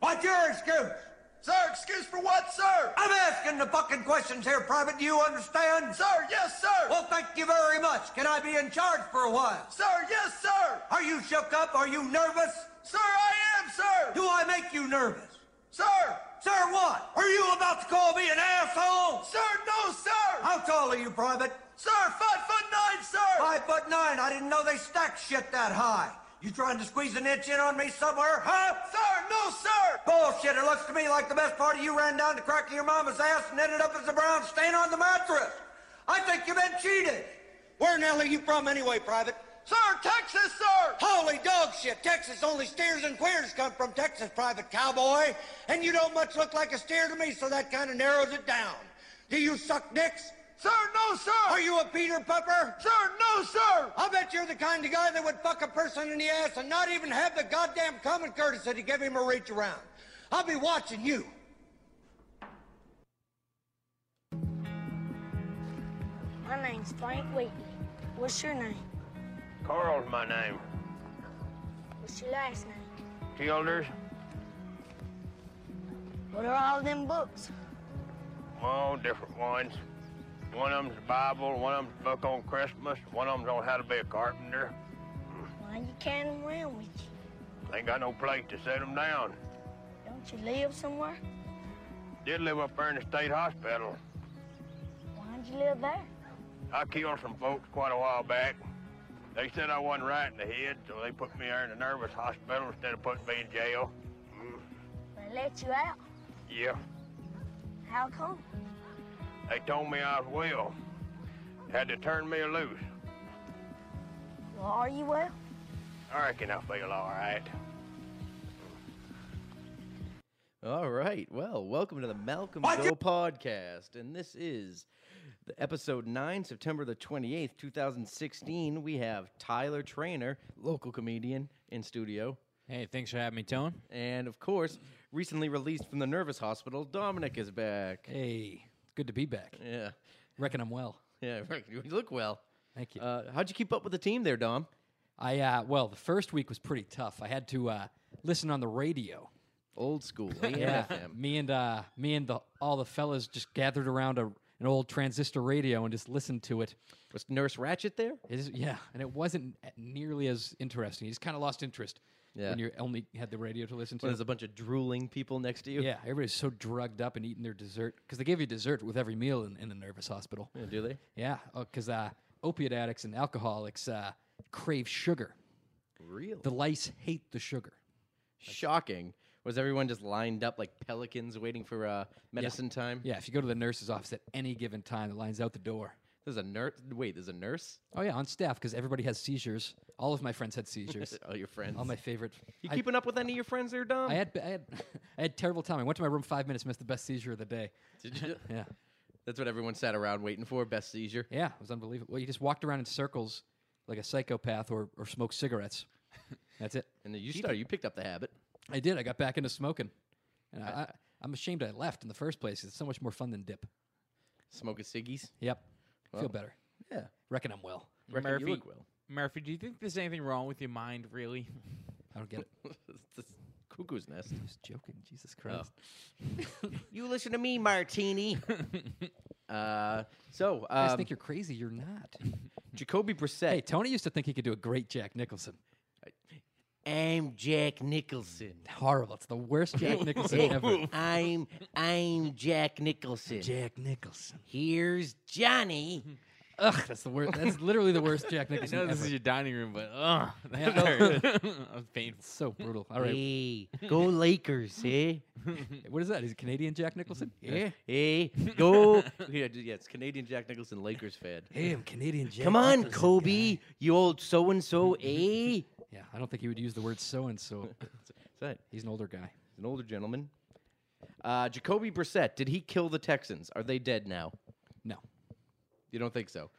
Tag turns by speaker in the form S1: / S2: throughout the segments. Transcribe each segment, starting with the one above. S1: What's your excuse?
S2: Sir, excuse for what, sir?
S1: I'm asking the fucking questions here, Private. Do you understand?
S2: Sir, yes, sir.
S1: Well, thank you very much. Can I be in charge for a while?
S2: Sir, yes, sir.
S1: Are you shook up? Are you nervous?
S2: Sir, I am, sir.
S1: Do I make you nervous?
S2: Sir.
S1: Sir, what? Are you about to call me an asshole?
S2: Sir, no, sir.
S1: How tall are you, Private?
S2: Sir, five foot nine, sir.
S1: Five foot nine. I didn't know they stacked shit that high. You trying to squeeze an inch in on me somewhere, huh?
S2: Sir, no, sir!
S1: Bullshit, it looks to me like the best part of you ran down the crack of your mama's ass and ended up as a brown stain on the mattress. I think you've been cheated. Where in the hell are you from anyway, Private?
S2: Sir, Texas, sir!
S1: Holy dog shit, Texas, only steers and queers come from Texas, Private Cowboy. And you don't much look like a steer to me, so that kind of narrows it down. Do you suck dicks?
S2: Sir, no, sir.
S1: Are you a Peter Pepper?
S2: Sir, no, sir.
S1: I'll bet you're the kind of guy that would fuck a person in the ass and not even have the goddamn common courtesy to give him a reach around. I'll be watching you.
S3: My name's Frank Wheatley. What's your name?
S4: Carl's my name.
S3: What's your last name?
S4: Childers,
S3: What are all them books?
S4: all different ones. One of them's the Bible, one of them's the book on Christmas, one of them's on how to be a carpenter.
S3: Why you carrying 'em around with you?
S4: Ain't got no place to set 'em down.
S3: Don't you live somewhere?
S4: Did live up there in the state hospital.
S3: Why'd you live there?
S4: I killed some folks quite a while back. They said I wasn't right in the head, so they put me there in the nervous hospital instead of putting me in jail.
S3: They let you out.
S4: Yeah,
S3: How come?
S4: they told me I was well. Had to turn me loose.
S3: Well, are you well?
S4: I reckon I feel all right.
S5: All right. Well, welcome to the Malcolm
S1: What
S5: Go podcast. And this is the episode 9, September the 28th, 2016. We have Tyler Trainer, local comedian in studio,
S6: Hey, thanks for having me, Tone.
S5: and of course, recently released from the Nervous Hospital, Dominic is back.
S6: Hey, it's good to be back.
S5: Yeah.
S6: Reckon I'm well.
S5: Yeah, right. you look well.
S6: Thank you.
S5: Uh, how'd you keep up with the team there, Dom?
S6: I uh, well, the first week was pretty tough. I had to uh, listen on the radio.
S5: Old school. AM FM.
S6: me and uh, me and the, all the fellas just gathered around a, an old transistor radio and just listened to it.
S5: Was Nurse Ratchet there?
S6: It is, yeah, and it wasn't nearly as interesting. You just kind of lost interest
S5: Yeah.
S6: when you only had the radio to listen
S5: When
S6: to.
S5: there's a bunch of drooling people next to you?
S6: yeah, everybody's so drugged up and eating their dessert because they give you dessert with every meal in, in the nervous hospital.
S5: Yeah, Do they?
S6: Yeah, because uh, opiate addicts and alcoholics uh, crave sugar.
S5: Really?
S6: The lice hate the sugar.
S5: Shocking. Was everyone just lined up like pelicans waiting for uh, medicine time?
S6: Yeah, if you go to the nurse's office at any given time, the line's out the door.
S5: There's a nurse. Wait, there's a nurse?
S6: Oh yeah, on staff because everybody has seizures. All of my friends had seizures.
S5: All your friends.
S6: All my favorite.
S5: Oh, you
S6: I,
S5: keeping up with any of your friends there, Dom?
S6: I had I had I had terrible time. I went to my room five minutes, missed the best seizure of the day.
S5: Did you?
S6: Yeah,
S5: That's what everyone sat around waiting for. Best seizure.
S6: yeah, it was unbelievable. Well, you just walked around in circles like a psychopath or or smoked cigarettes. That's it.
S5: And then you started. You picked up the habit.
S6: I did. I got back into smoking. And I, I, I'm ashamed I left in the first place. It's so much more fun than dip.
S5: Smoking ciggies.
S6: Yep. Feel better.
S5: Yeah.
S6: Reckon I'm well.
S5: Reckon
S7: Murphy,
S5: you look well.
S7: Murphy, do you think there's anything wrong with your mind, really?
S6: I don't get it. I
S5: It's this cuckoo's nest. Oh.
S6: was joking. Jesus Christ.
S5: You listen to me, Martini. uh, so
S6: I
S5: um,
S6: think you're crazy. You're not.
S5: Jacoby
S6: hey,
S5: Brissett.
S6: Tony used to think he could do a great Jack Nicholson.
S5: I'm Jack Nicholson.
S6: Horrible. It's the worst Jack Nicholson ever.
S5: I'm I'm Jack Nicholson.
S6: Jack Nicholson.
S5: Here's Johnny.
S6: Ugh, that's the worst. That's literally the worst Jack
S7: I
S6: Nicholson
S7: know
S6: ever.
S7: this is your dining room, but ugh, that
S6: Yeah.
S7: hurt. I'm painful.
S6: so brutal. All right.
S5: Hey, go Lakers, eh?
S6: What is that? Is it Canadian Jack Nicholson?
S5: Yeah. Hey, go. yeah, d- yeah, it's Canadian Jack Nicholson, Lakers fan.
S6: Hey, I'm Canadian Jack.
S5: Come on,
S6: Nicholson,
S5: Kobe,
S6: guy.
S5: you old so and so, eh?
S6: Yeah, I don't think he would use the word so and so.
S5: Is that
S6: He's an older guy.
S5: he's an older gentleman? Uh, Jacoby Brissett, did he kill the Texans? Are they dead now?
S6: No.
S5: You don't think so?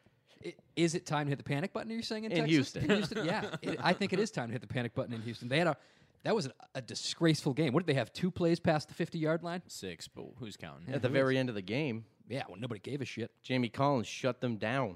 S6: I- Is it time to hit the panic button? Are you saying in,
S5: In
S6: Texas?
S5: Houston.
S6: In Houston, yeah. It- I think it is time to hit the panic button in Houston. They had a that was a, a disgraceful game. What did they have? Two plays past the fifty yard line.
S7: Six, but who's counting?
S5: At the very end of the game,
S6: Yeah, well, nobody gave a shit.
S5: Jamie Collins shut them down.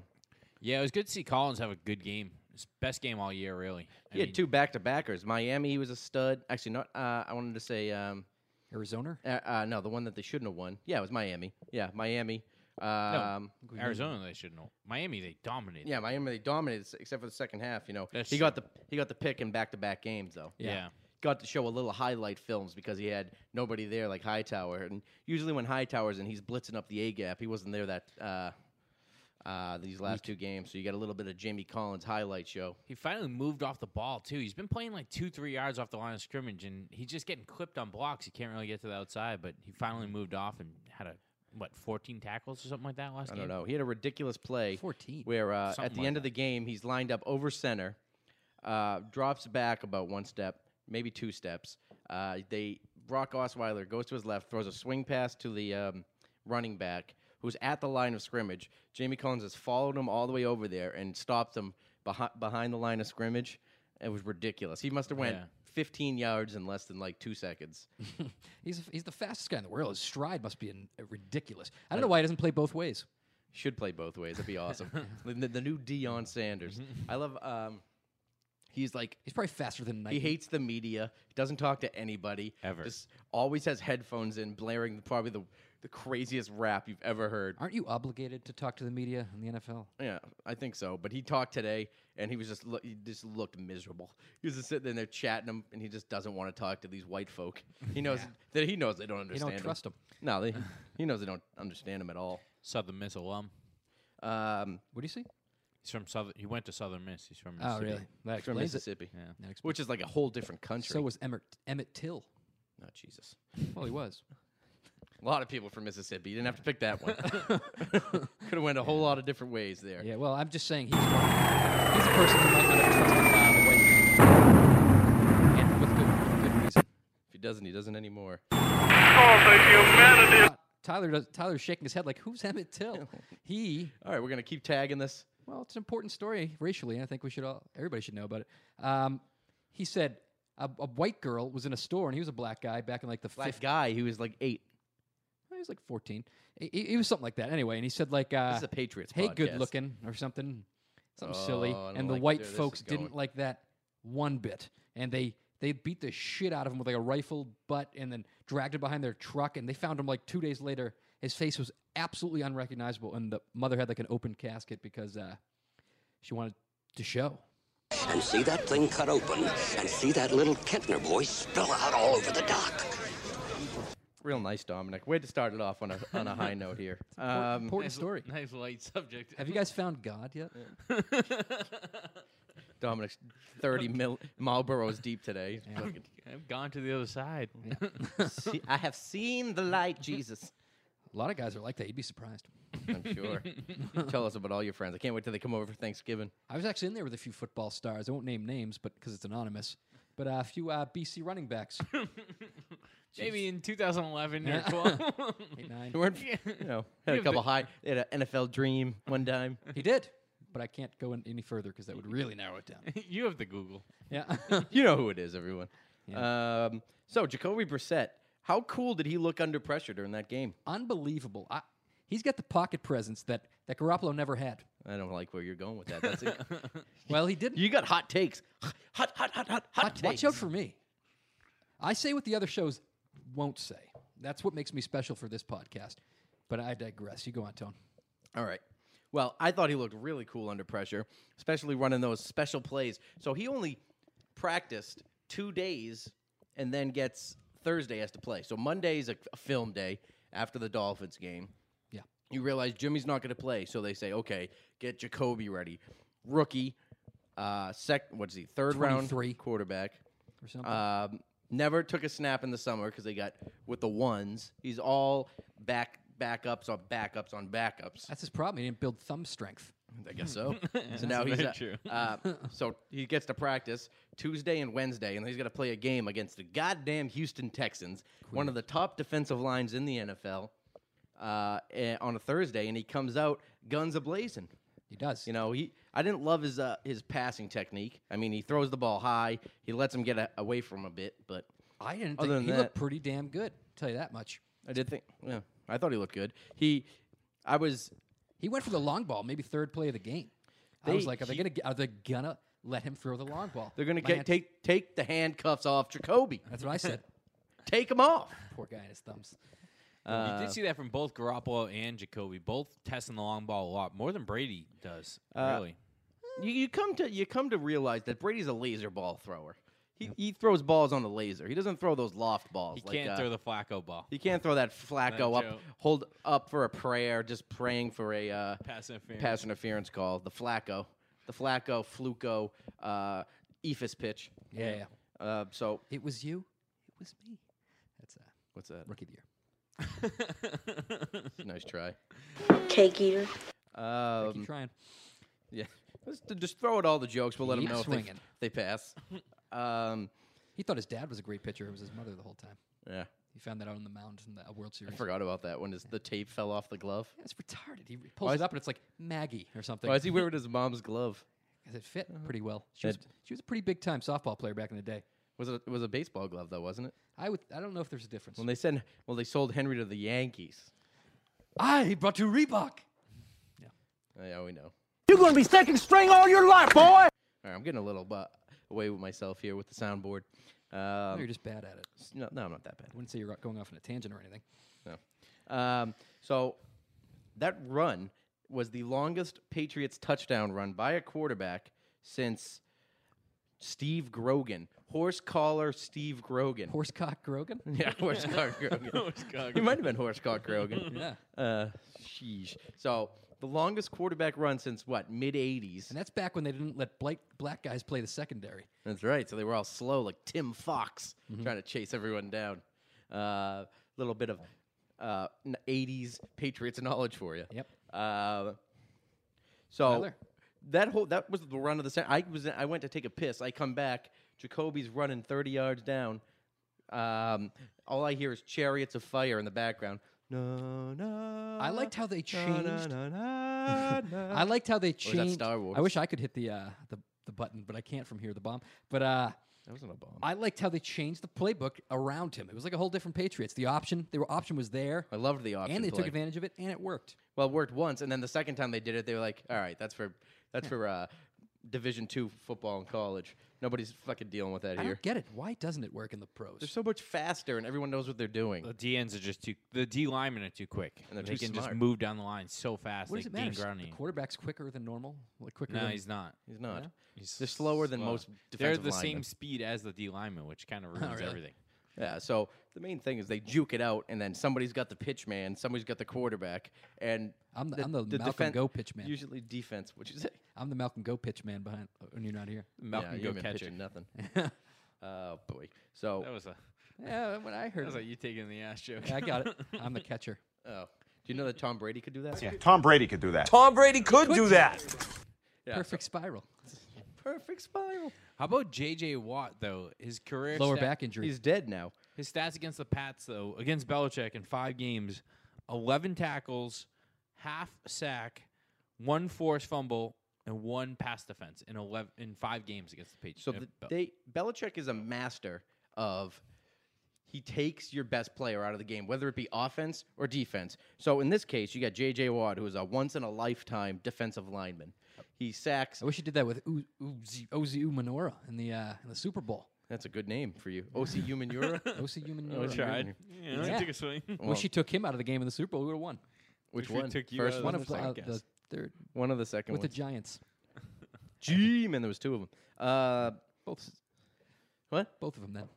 S7: Yeah, it was good to see Collins have a good game. His best game all year, really. I
S5: He had
S7: mean,
S5: two back to backers. Miami was a stud. Actually, not. Uh, I wanted to say um,
S6: Arizona.
S5: Uh, uh, no, the one that they shouldn't have won. Yeah, it was Miami. Yeah, Miami. Um,
S7: Arizona, they should know. Miami, they dominated.
S5: Yeah, Miami they dominated s- except for the second half. You know,
S7: That's
S5: he got the he got the pick in back to back games though.
S7: Yeah. Yeah.
S5: Got to show a little highlight films because he had nobody there like Hightower, and usually when Hightower's and he's blitzing up the A gap, he wasn't there that uh, uh, these last two games. So you got a little bit of Jamie Collins highlight show.
S7: He finally moved off the ball too. He's been playing like two, three yards off the line of scrimmage, and he's just getting clipped on blocks. He can't really get to the outside, but he finally
S5: Mm-hmm.
S7: moved off and had a what, fourteen tackles or something like that last
S5: I
S7: game.
S5: don't know. He had a ridiculous play.
S6: 14.
S5: Where uh, at
S7: Something
S5: the
S7: like
S5: end of the game, he's lined up over center, uh, drops back about one step, maybe two steps. Uh, they Brock Osweiler goes to his left, throws a swing pass to the um, running back who's at the line of scrimmage. Jamie Collins has followed him all the way over there and stopped him behind behind the line of scrimmage. It was ridiculous. He must have went
S7: Yeah.
S5: 15 yards in less than like two seconds.
S6: He's he's the fastest guy in the world. His stride must be in, uh, ridiculous. I don't know why he doesn't play both ways.
S5: Should play both ways. That'd be awesome. the, the- the new Dion Sanders. I love. Um, he's like
S6: He's probably faster than Knight.
S5: he hates the media. He doesn't talk to anybody
S7: Ever.
S5: Just always has headphones in, blaring the- probably the the craziest rap you've ever heard.
S6: Aren't you obligated to talk to the media in the NFL?
S5: Yeah, I think so. But he talked today, and he was just lo- he just looked miserable. He was just sitting there chatting him, and he just doesn't want to talk to these white folk. He knows that he knows they don't
S6: don't
S5: understand.
S6: trust 'em.
S5: No, they, he knows they don't understand him at all.
S7: Southern Miss alum.
S5: Um,
S6: What do you see? Oh,
S7: He's from Southern. He went to Southern Miss. He's from
S5: Oh,
S7: Mississippi.
S6: That
S5: from
S6: explains it.
S5: Mississippi,
S6: That explains
S5: which is like a whole different country.
S6: So was Emmett, Emmett Till.
S5: oh, Jesus.
S6: Well, he was.
S5: A lot of people from Mississippi. You didn't have to pick that one. Could have went a whole lot of different ways there.
S6: Yeah, well, I'm just saying he's, one- he's a person who might not have trusted uh, the white man. And with good, with good reason.
S5: If he doesn't, he doesn't anymore.
S6: Uh, Tyler does, Tyler's shaking his head like, who's Emmett Till? he,
S5: All right, we're gonna keep tagging this.
S6: well, it's an important story racially, and I think we should all, everybody should know about it. Um, he said a, a white girl was in a store, and he was a black guy back in like the
S5: Black
S6: 50s.
S5: guy who was like eight.
S6: He was like 14. He, he- he was something like that. Anyway, and he said like, uh,
S5: is a Patriots
S6: Hey,
S5: podcast.
S6: good looking or something, something silly.
S5: Oh, I don't
S6: And the
S5: like
S6: white
S5: where this
S6: folks
S5: is going.
S6: didn't like that one bit, and they they beat the shit out of him with like a rifle butt, and then dragged him behind their truck, and they found him like two days later. His face was absolutely unrecognizable, and the mother had like an open casket because uh, she wanted to show.
S8: and see that thing cut open and see that little Kentner boy spill out all over the dock.
S5: Real nice, Dominic. Way to start it off on a on a high note here.
S6: Important,
S5: Um,
S6: important story.
S7: Nice light subject.
S6: Have you guys found God yet?
S5: Dominic's thirty mil Marlboros deep today. Fucking-
S7: I've gone to the other side.
S5: See, I have seen the light, Jesus.
S6: A lot of guys are like that. You'd be surprised.
S5: I'm sure. Tell us about all your friends. I can't wait till they come over for Thanksgiving.
S6: I was actually in there with a few football stars. I won't name names, but because it's anonymous. But uh, a few uh, BC running backs,
S7: Maybe in 2011 or
S6: Yeah.
S7: 12.
S6: eight, nine.
S5: They weren't, you know, had a couple high. They had an NFL dream one time.
S6: He did, but I can't go in any further because that would really narrow it down.
S7: you have the Google.
S6: Yeah,
S5: you know who it is, everyone. Um, so Jacoby Brissett, how cool did he look under pressure during that game?
S6: unbelievable. I, he's got the pocket presence that that Garoppolo never had.
S5: I don't like where you're going with that. That's it.
S6: Well, he didn't.
S5: you got hot takes, hot, hot, hot, hot, hot
S6: Watch-
S5: takes.
S6: watch out for me. I say what the other shows won't say. That's what makes me special for this podcast. But I digress. You go on, Tone.
S5: All right. Well, I thought he looked really cool under pressure, especially running those special plays. So he only practiced two days and then gets Thursday has to play. So Monday's a, a film day after the Dolphins game.
S6: Yeah.
S5: You realize Jimmy's not going to play, so they say, okay, get Jacoby ready. Rookie, uh, sec, what is he, third
S6: Twenty-three.
S5: round quarterback.
S6: Or something.
S5: Um, never took a snap in the summer because they got with the ones. He's all back backups on backups on backups.
S6: That's his problem. He didn't build thumb strength.
S5: I guess so. so now he's
S7: very
S5: uh,
S7: true.
S5: uh, so he gets to practice Tuesday and Wednesday, and he's got to play a game against the goddamn Houston Texans, one of the top defensive lines in the NFL, uh, eh, on a Thursday, and he comes out guns a blazing.
S6: He does.
S5: You know, he I didn't love his uh, his passing technique. I mean, he throws the ball high. He lets him get a, away from him a bit, but
S6: I didn't.
S5: Other
S6: Think,
S5: than
S6: he looked
S5: that-
S6: pretty damn good. Tell you that much.
S5: I did think, yeah, I thought he looked good. He, I was
S6: He went for the long ball, maybe third play of the game. I was
S5: They-
S6: like, are they
S5: he-
S6: gonna get- are they gonna let him throw the long ball?
S5: they're gonna
S6: My
S5: get,
S6: aunt-
S5: take take the handcuffs off Jacoby.
S6: That's what I said.
S5: Take him off.
S6: Poor guy and his thumbs.
S5: Uh,
S7: you did see that from both Garoppolo and Jacoby, both testing the long ball a lot more than Brady does.
S5: Uh,
S7: really,
S5: You, you come to you come to realize that Brady's a laser ball thrower. He, he throws balls on the laser. He doesn't throw those loft balls.
S7: he can't
S5: like, uh,
S7: throw the Flacco ball.
S5: He can't throw that Flacco up,
S7: joke.
S5: hold up for a prayer, just praying for a uh,
S7: Pass interference.
S5: pass interference call. The Flacco, the Flacco, Fluco, uh, Ephus pitch.
S6: Yeah. yeah.
S5: Uh, so
S6: It was you. It was me. That's a
S5: what's that?
S6: rookie of the year.
S5: nice try.
S3: Cake eater.
S5: Um,
S6: Keep trying.
S5: yeah, Let's d- just throw out all the jokes. We'll let
S6: Keep
S5: them know if they,
S6: swinging.
S5: if they pass. Um,
S6: He thought his dad was a great pitcher. It was his mother the whole time.
S5: yeah,
S6: He found that out on the mound in the uh, World Series.
S5: I forgot about that when his, the tape fell off the glove.
S6: It's retarded. He re- pulls
S5: is-
S6: it up and it's like Maggie or something.
S5: Why is he Uh-huh. wearing his mom's glove?
S6: 'Cause it fit pretty well. She was,
S5: That-
S6: she was a pretty big time softball player back in the day.
S5: Was it, it was a baseball glove though, wasn't it?
S6: I would. I don't know if there's a difference.
S5: When they sent, well, they sold Henry to the Yankees.
S6: I Ah, brought you Reebok.
S5: Uh, Yeah, we know.
S9: You're gonna be second string all your life, boy.
S5: All right, I'm getting a little bu- away with myself here with the soundboard.
S6: No,
S5: Um,
S6: you're just bad at it. I
S5: s- no, no, I'm not that bad.
S6: wouldn't say you're uh, going off on a tangent or anything.
S5: No. Um, so that run was the longest Patriots touchdown run by a quarterback since Steve Grogan, horse collar Steve Grogan.
S6: Horsecock Grogan.
S5: yeah, horse collar Grogan. He might have been horse collar Grogan.
S6: yeah,
S5: Uh, sheesh. So the longest quarterback run since what mid '80s.
S6: and that's back when they didn't let black black guys play the secondary.
S5: That's right. So they were all slow, like Tim Fox,
S6: Mm-hmm.
S5: trying to chase everyone down. A uh, little bit of uh, n- 80s Patriots knowledge for you.
S6: Yep.
S5: Uh, so
S6: Tyler.
S5: that whole that was the run of the center. I was I went to take a piss. I come back. Jacoby's running 30 yards down. Um, all I hear is chariots of fire in the background. No, no.
S6: I liked how they
S5: na, na,
S6: changed.
S5: na, na, na.
S6: I liked how they
S5: Uh. that
S6: changed.
S5: Star
S6: I
S5: Wars?
S6: wish I could hit the uh, the the button, but I can't from here. The bomb, but uh.
S5: that wasn't a bomb. I,
S6: I liked how they changed the playbook around him. It was like a whole different Patriots. The option, the option was there,
S5: loved the option
S6: and they
S5: play.
S6: took advantage of it, and it worked.
S5: Well, it worked once, and then the second time they did it, they were like, "All right, that's for that's for uh, Division two football in college. Nobody's fucking dealing with that
S6: I
S5: here.
S6: don't get it. Why doesn't it work in the pros?
S5: They're so much faster, and everyone knows what they're doing.
S7: The DNs are just too. The D linemen are too quick.
S5: And they're
S7: they
S5: too
S7: can just
S5: smart.
S7: move down the line so fast.
S6: what does it
S7: like
S6: matter?
S7: Dean
S6: S- The
S7: Grounding.
S6: quarterback's quicker than normal. Like quicker.
S7: No,
S6: than,
S7: he's not.
S5: He's not.
S7: He's
S5: They're slower than
S7: slow.
S5: most
S7: They're
S5: defensive
S7: the
S5: linemen.
S7: same speed as the D lineman, which kind of ruins
S6: really?
S7: everything.
S5: Yeah. So the main thing is they juke it out, and then somebody's got the pitch man, somebody's got the quarterback, and
S6: I'm the- I'm the Malcolm
S5: defen-
S6: Go pitch man.
S5: Usually defense, which is
S6: I'm the Malcolm Go pitch man behind when you're not here.
S5: yeah,
S7: Malcolm
S5: you
S7: go
S5: ain't been
S7: catcher.
S5: pitching nothing. Oh boy. So
S7: That was a.
S6: Yeah, what I
S7: That
S6: heard.
S7: was like you taking the ass joke.
S6: Yeah, I got it. I'm the catcher.
S5: oh, do you know that Tom Brady could do that?
S2: Tom Brady could do that.
S9: Tom Brady could do that.
S5: Yeah, so-
S6: Perfect spiral.
S5: perfect spiral.
S7: How about J.J. Watt though? His career
S6: Lower
S7: stat-
S6: back injury.
S5: He's dead now.
S7: His stats against the Pats, though, against Belichick in five games, 11 tackles, half sack, one forced fumble, and one pass defense in 11 in five games against the Patriots.
S5: So
S7: uh,
S5: the,
S7: Bel-
S5: they Belichick is a master of he takes your best player out of the game, whether it be offense or defense. So in this case, you got J.J. Watt, who is a once in a lifetime defensive lineman. He sacks.
S6: I wish you did that with U- Uzi, Ozi Umanora in the uh, in the Super Bowl.
S5: That's a good name for you, O.C. Umanura,
S6: Ozi
S5: Osi
S6: Umanora.
S5: tried.
S7: Yeah,
S6: Yeah.
S7: take a swing.
S6: wish you took him out of the game in the Super Bowl. We would have won.
S5: which
S7: we
S5: one?
S7: took you
S5: First
S7: out
S5: one,
S6: One
S5: or
S6: of the, uh,
S5: second?
S6: the third
S5: one of the second
S6: with the
S5: ones.
S6: Giants.
S5: G man, there was two of them. Uh,
S6: Both
S5: what?
S6: both of them then.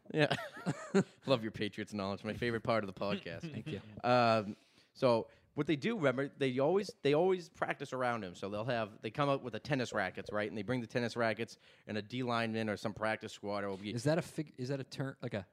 S5: Yeah, love your Patriots knowledge. My favorite part of the podcast.
S6: Thank you.
S5: Um, so what they do, remember, they always they always practice around him. So they'll have they come up with the tennis rackets, right? And they bring the tennis rackets and a D lineman or some practice squad will be.
S6: Is that a fig? Is that a term like a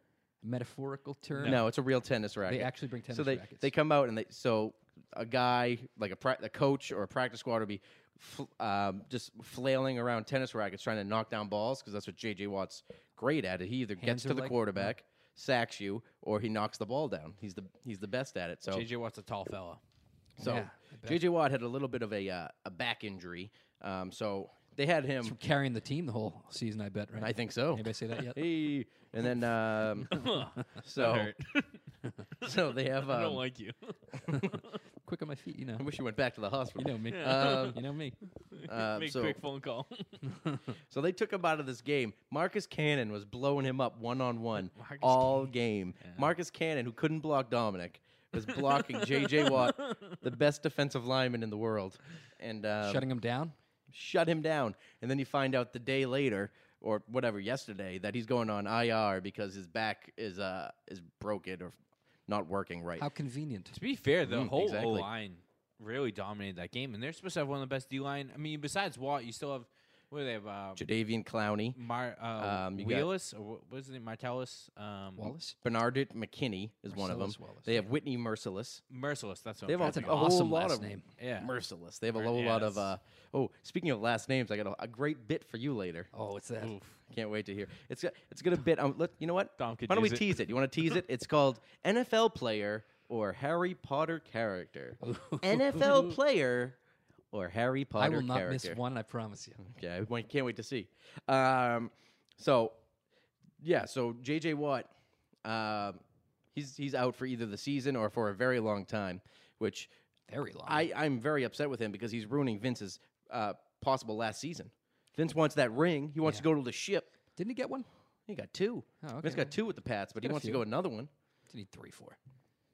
S6: metaphorical term?
S5: No, it's a real tennis racket.
S6: actually bring
S5: So
S6: tennis
S5: they
S6: rackets.
S5: they come out and they so a guy like a, pra- a coach or a practice squad will be fl- um, just flailing around tennis rackets trying to knock down balls because that's what JJ Watt's great at. He either gets
S6: Hands
S5: to
S6: are
S5: the
S6: like-
S5: quarterback, sacks you, or he knocks the ball down. He's the he's the best at it. So
S7: J.J. Watt's a tall fella.
S5: So
S6: Yeah, I bet.
S5: JJ Watt had a little bit of a uh, a back injury. Um, so they had him.
S6: carrying the team the whole season. I bet. Right.
S5: I think so.
S6: Anybody say that yet?
S5: Hey, and then um, so so they have. Um,
S7: I don't like you.
S6: Quick on my feet, you know.
S5: I wish you went back to the hospital.
S6: You know me.
S5: Um,
S6: you know me.
S5: Uh,
S7: Make
S5: so,
S7: quick phone call.
S5: so they took him out of this game. Marcus Cannon was blowing him up one on one
S7: Marcus
S5: all game. Marcus Cannon, who couldn't block Dominic, was blocking J.J. Watt, the best defensive lineman in the world, and um,
S6: Shutting him down?
S5: shut him down. And then you find out the day later or whatever yesterday that he's going on IR because his back is uh is broken or not working right.
S6: How convenient.
S7: to be fair, the
S5: Mm,
S7: whole
S5: exactly.
S7: line really dominated that game, and they're supposed to have one of the best D line. I mean, besides Watt, you still have what do they have? Uh,
S5: Jadavian Clowney,
S6: Mm.
S7: Mar uh,
S5: Um, you got-
S7: Wheelis or what was his name? Martellus, um,
S6: Wallace?
S5: Bernardette McKinney is one of them.
S6: Merciless Wallace,
S5: They have Whitney Merciless.
S7: Merciless. That's what
S5: They have
S7: I'm
S5: all- a
S7: trying to think
S5: whole
S6: awesome
S5: lot
S6: last
S5: of
S6: name.
S7: Yeah.
S5: Merciless. They have a
S7: Mer-
S5: whole
S7: yeah,
S5: lot of uh
S7: that's-
S5: oh, speaking of last names, I got a, a great bit for you later.
S6: Oh, what's that?
S7: of. Oof.
S5: Can't wait to hear. It's got- it's gonna bit. Um, let, you know what?
S7: Dom could
S5: Why don't we
S7: use it.
S5: tease it? You want to tease it? It's called NFL player or Harry Potter character. NFL player or Harry Potter.
S6: I will not
S5: character. Mm.
S6: miss one, I promise you.
S5: Okay, I wa- can't wait to see. Um, so yeah, so JJ Watt, um, he's he's out for either the season or for a very long time, which
S6: Very long.
S5: I, I'm very upset with him because he's ruining Vince's uh, possible last season. Vince wants that ring. He wants to go to the ship.
S6: Didn't he get one?
S5: He got two.
S6: Oh, okay,
S5: Vince
S6: well,
S5: got two with the Pats, but he
S6: got a
S5: wants to
S6: few.
S5: go another one.
S6: Didn't he three, four?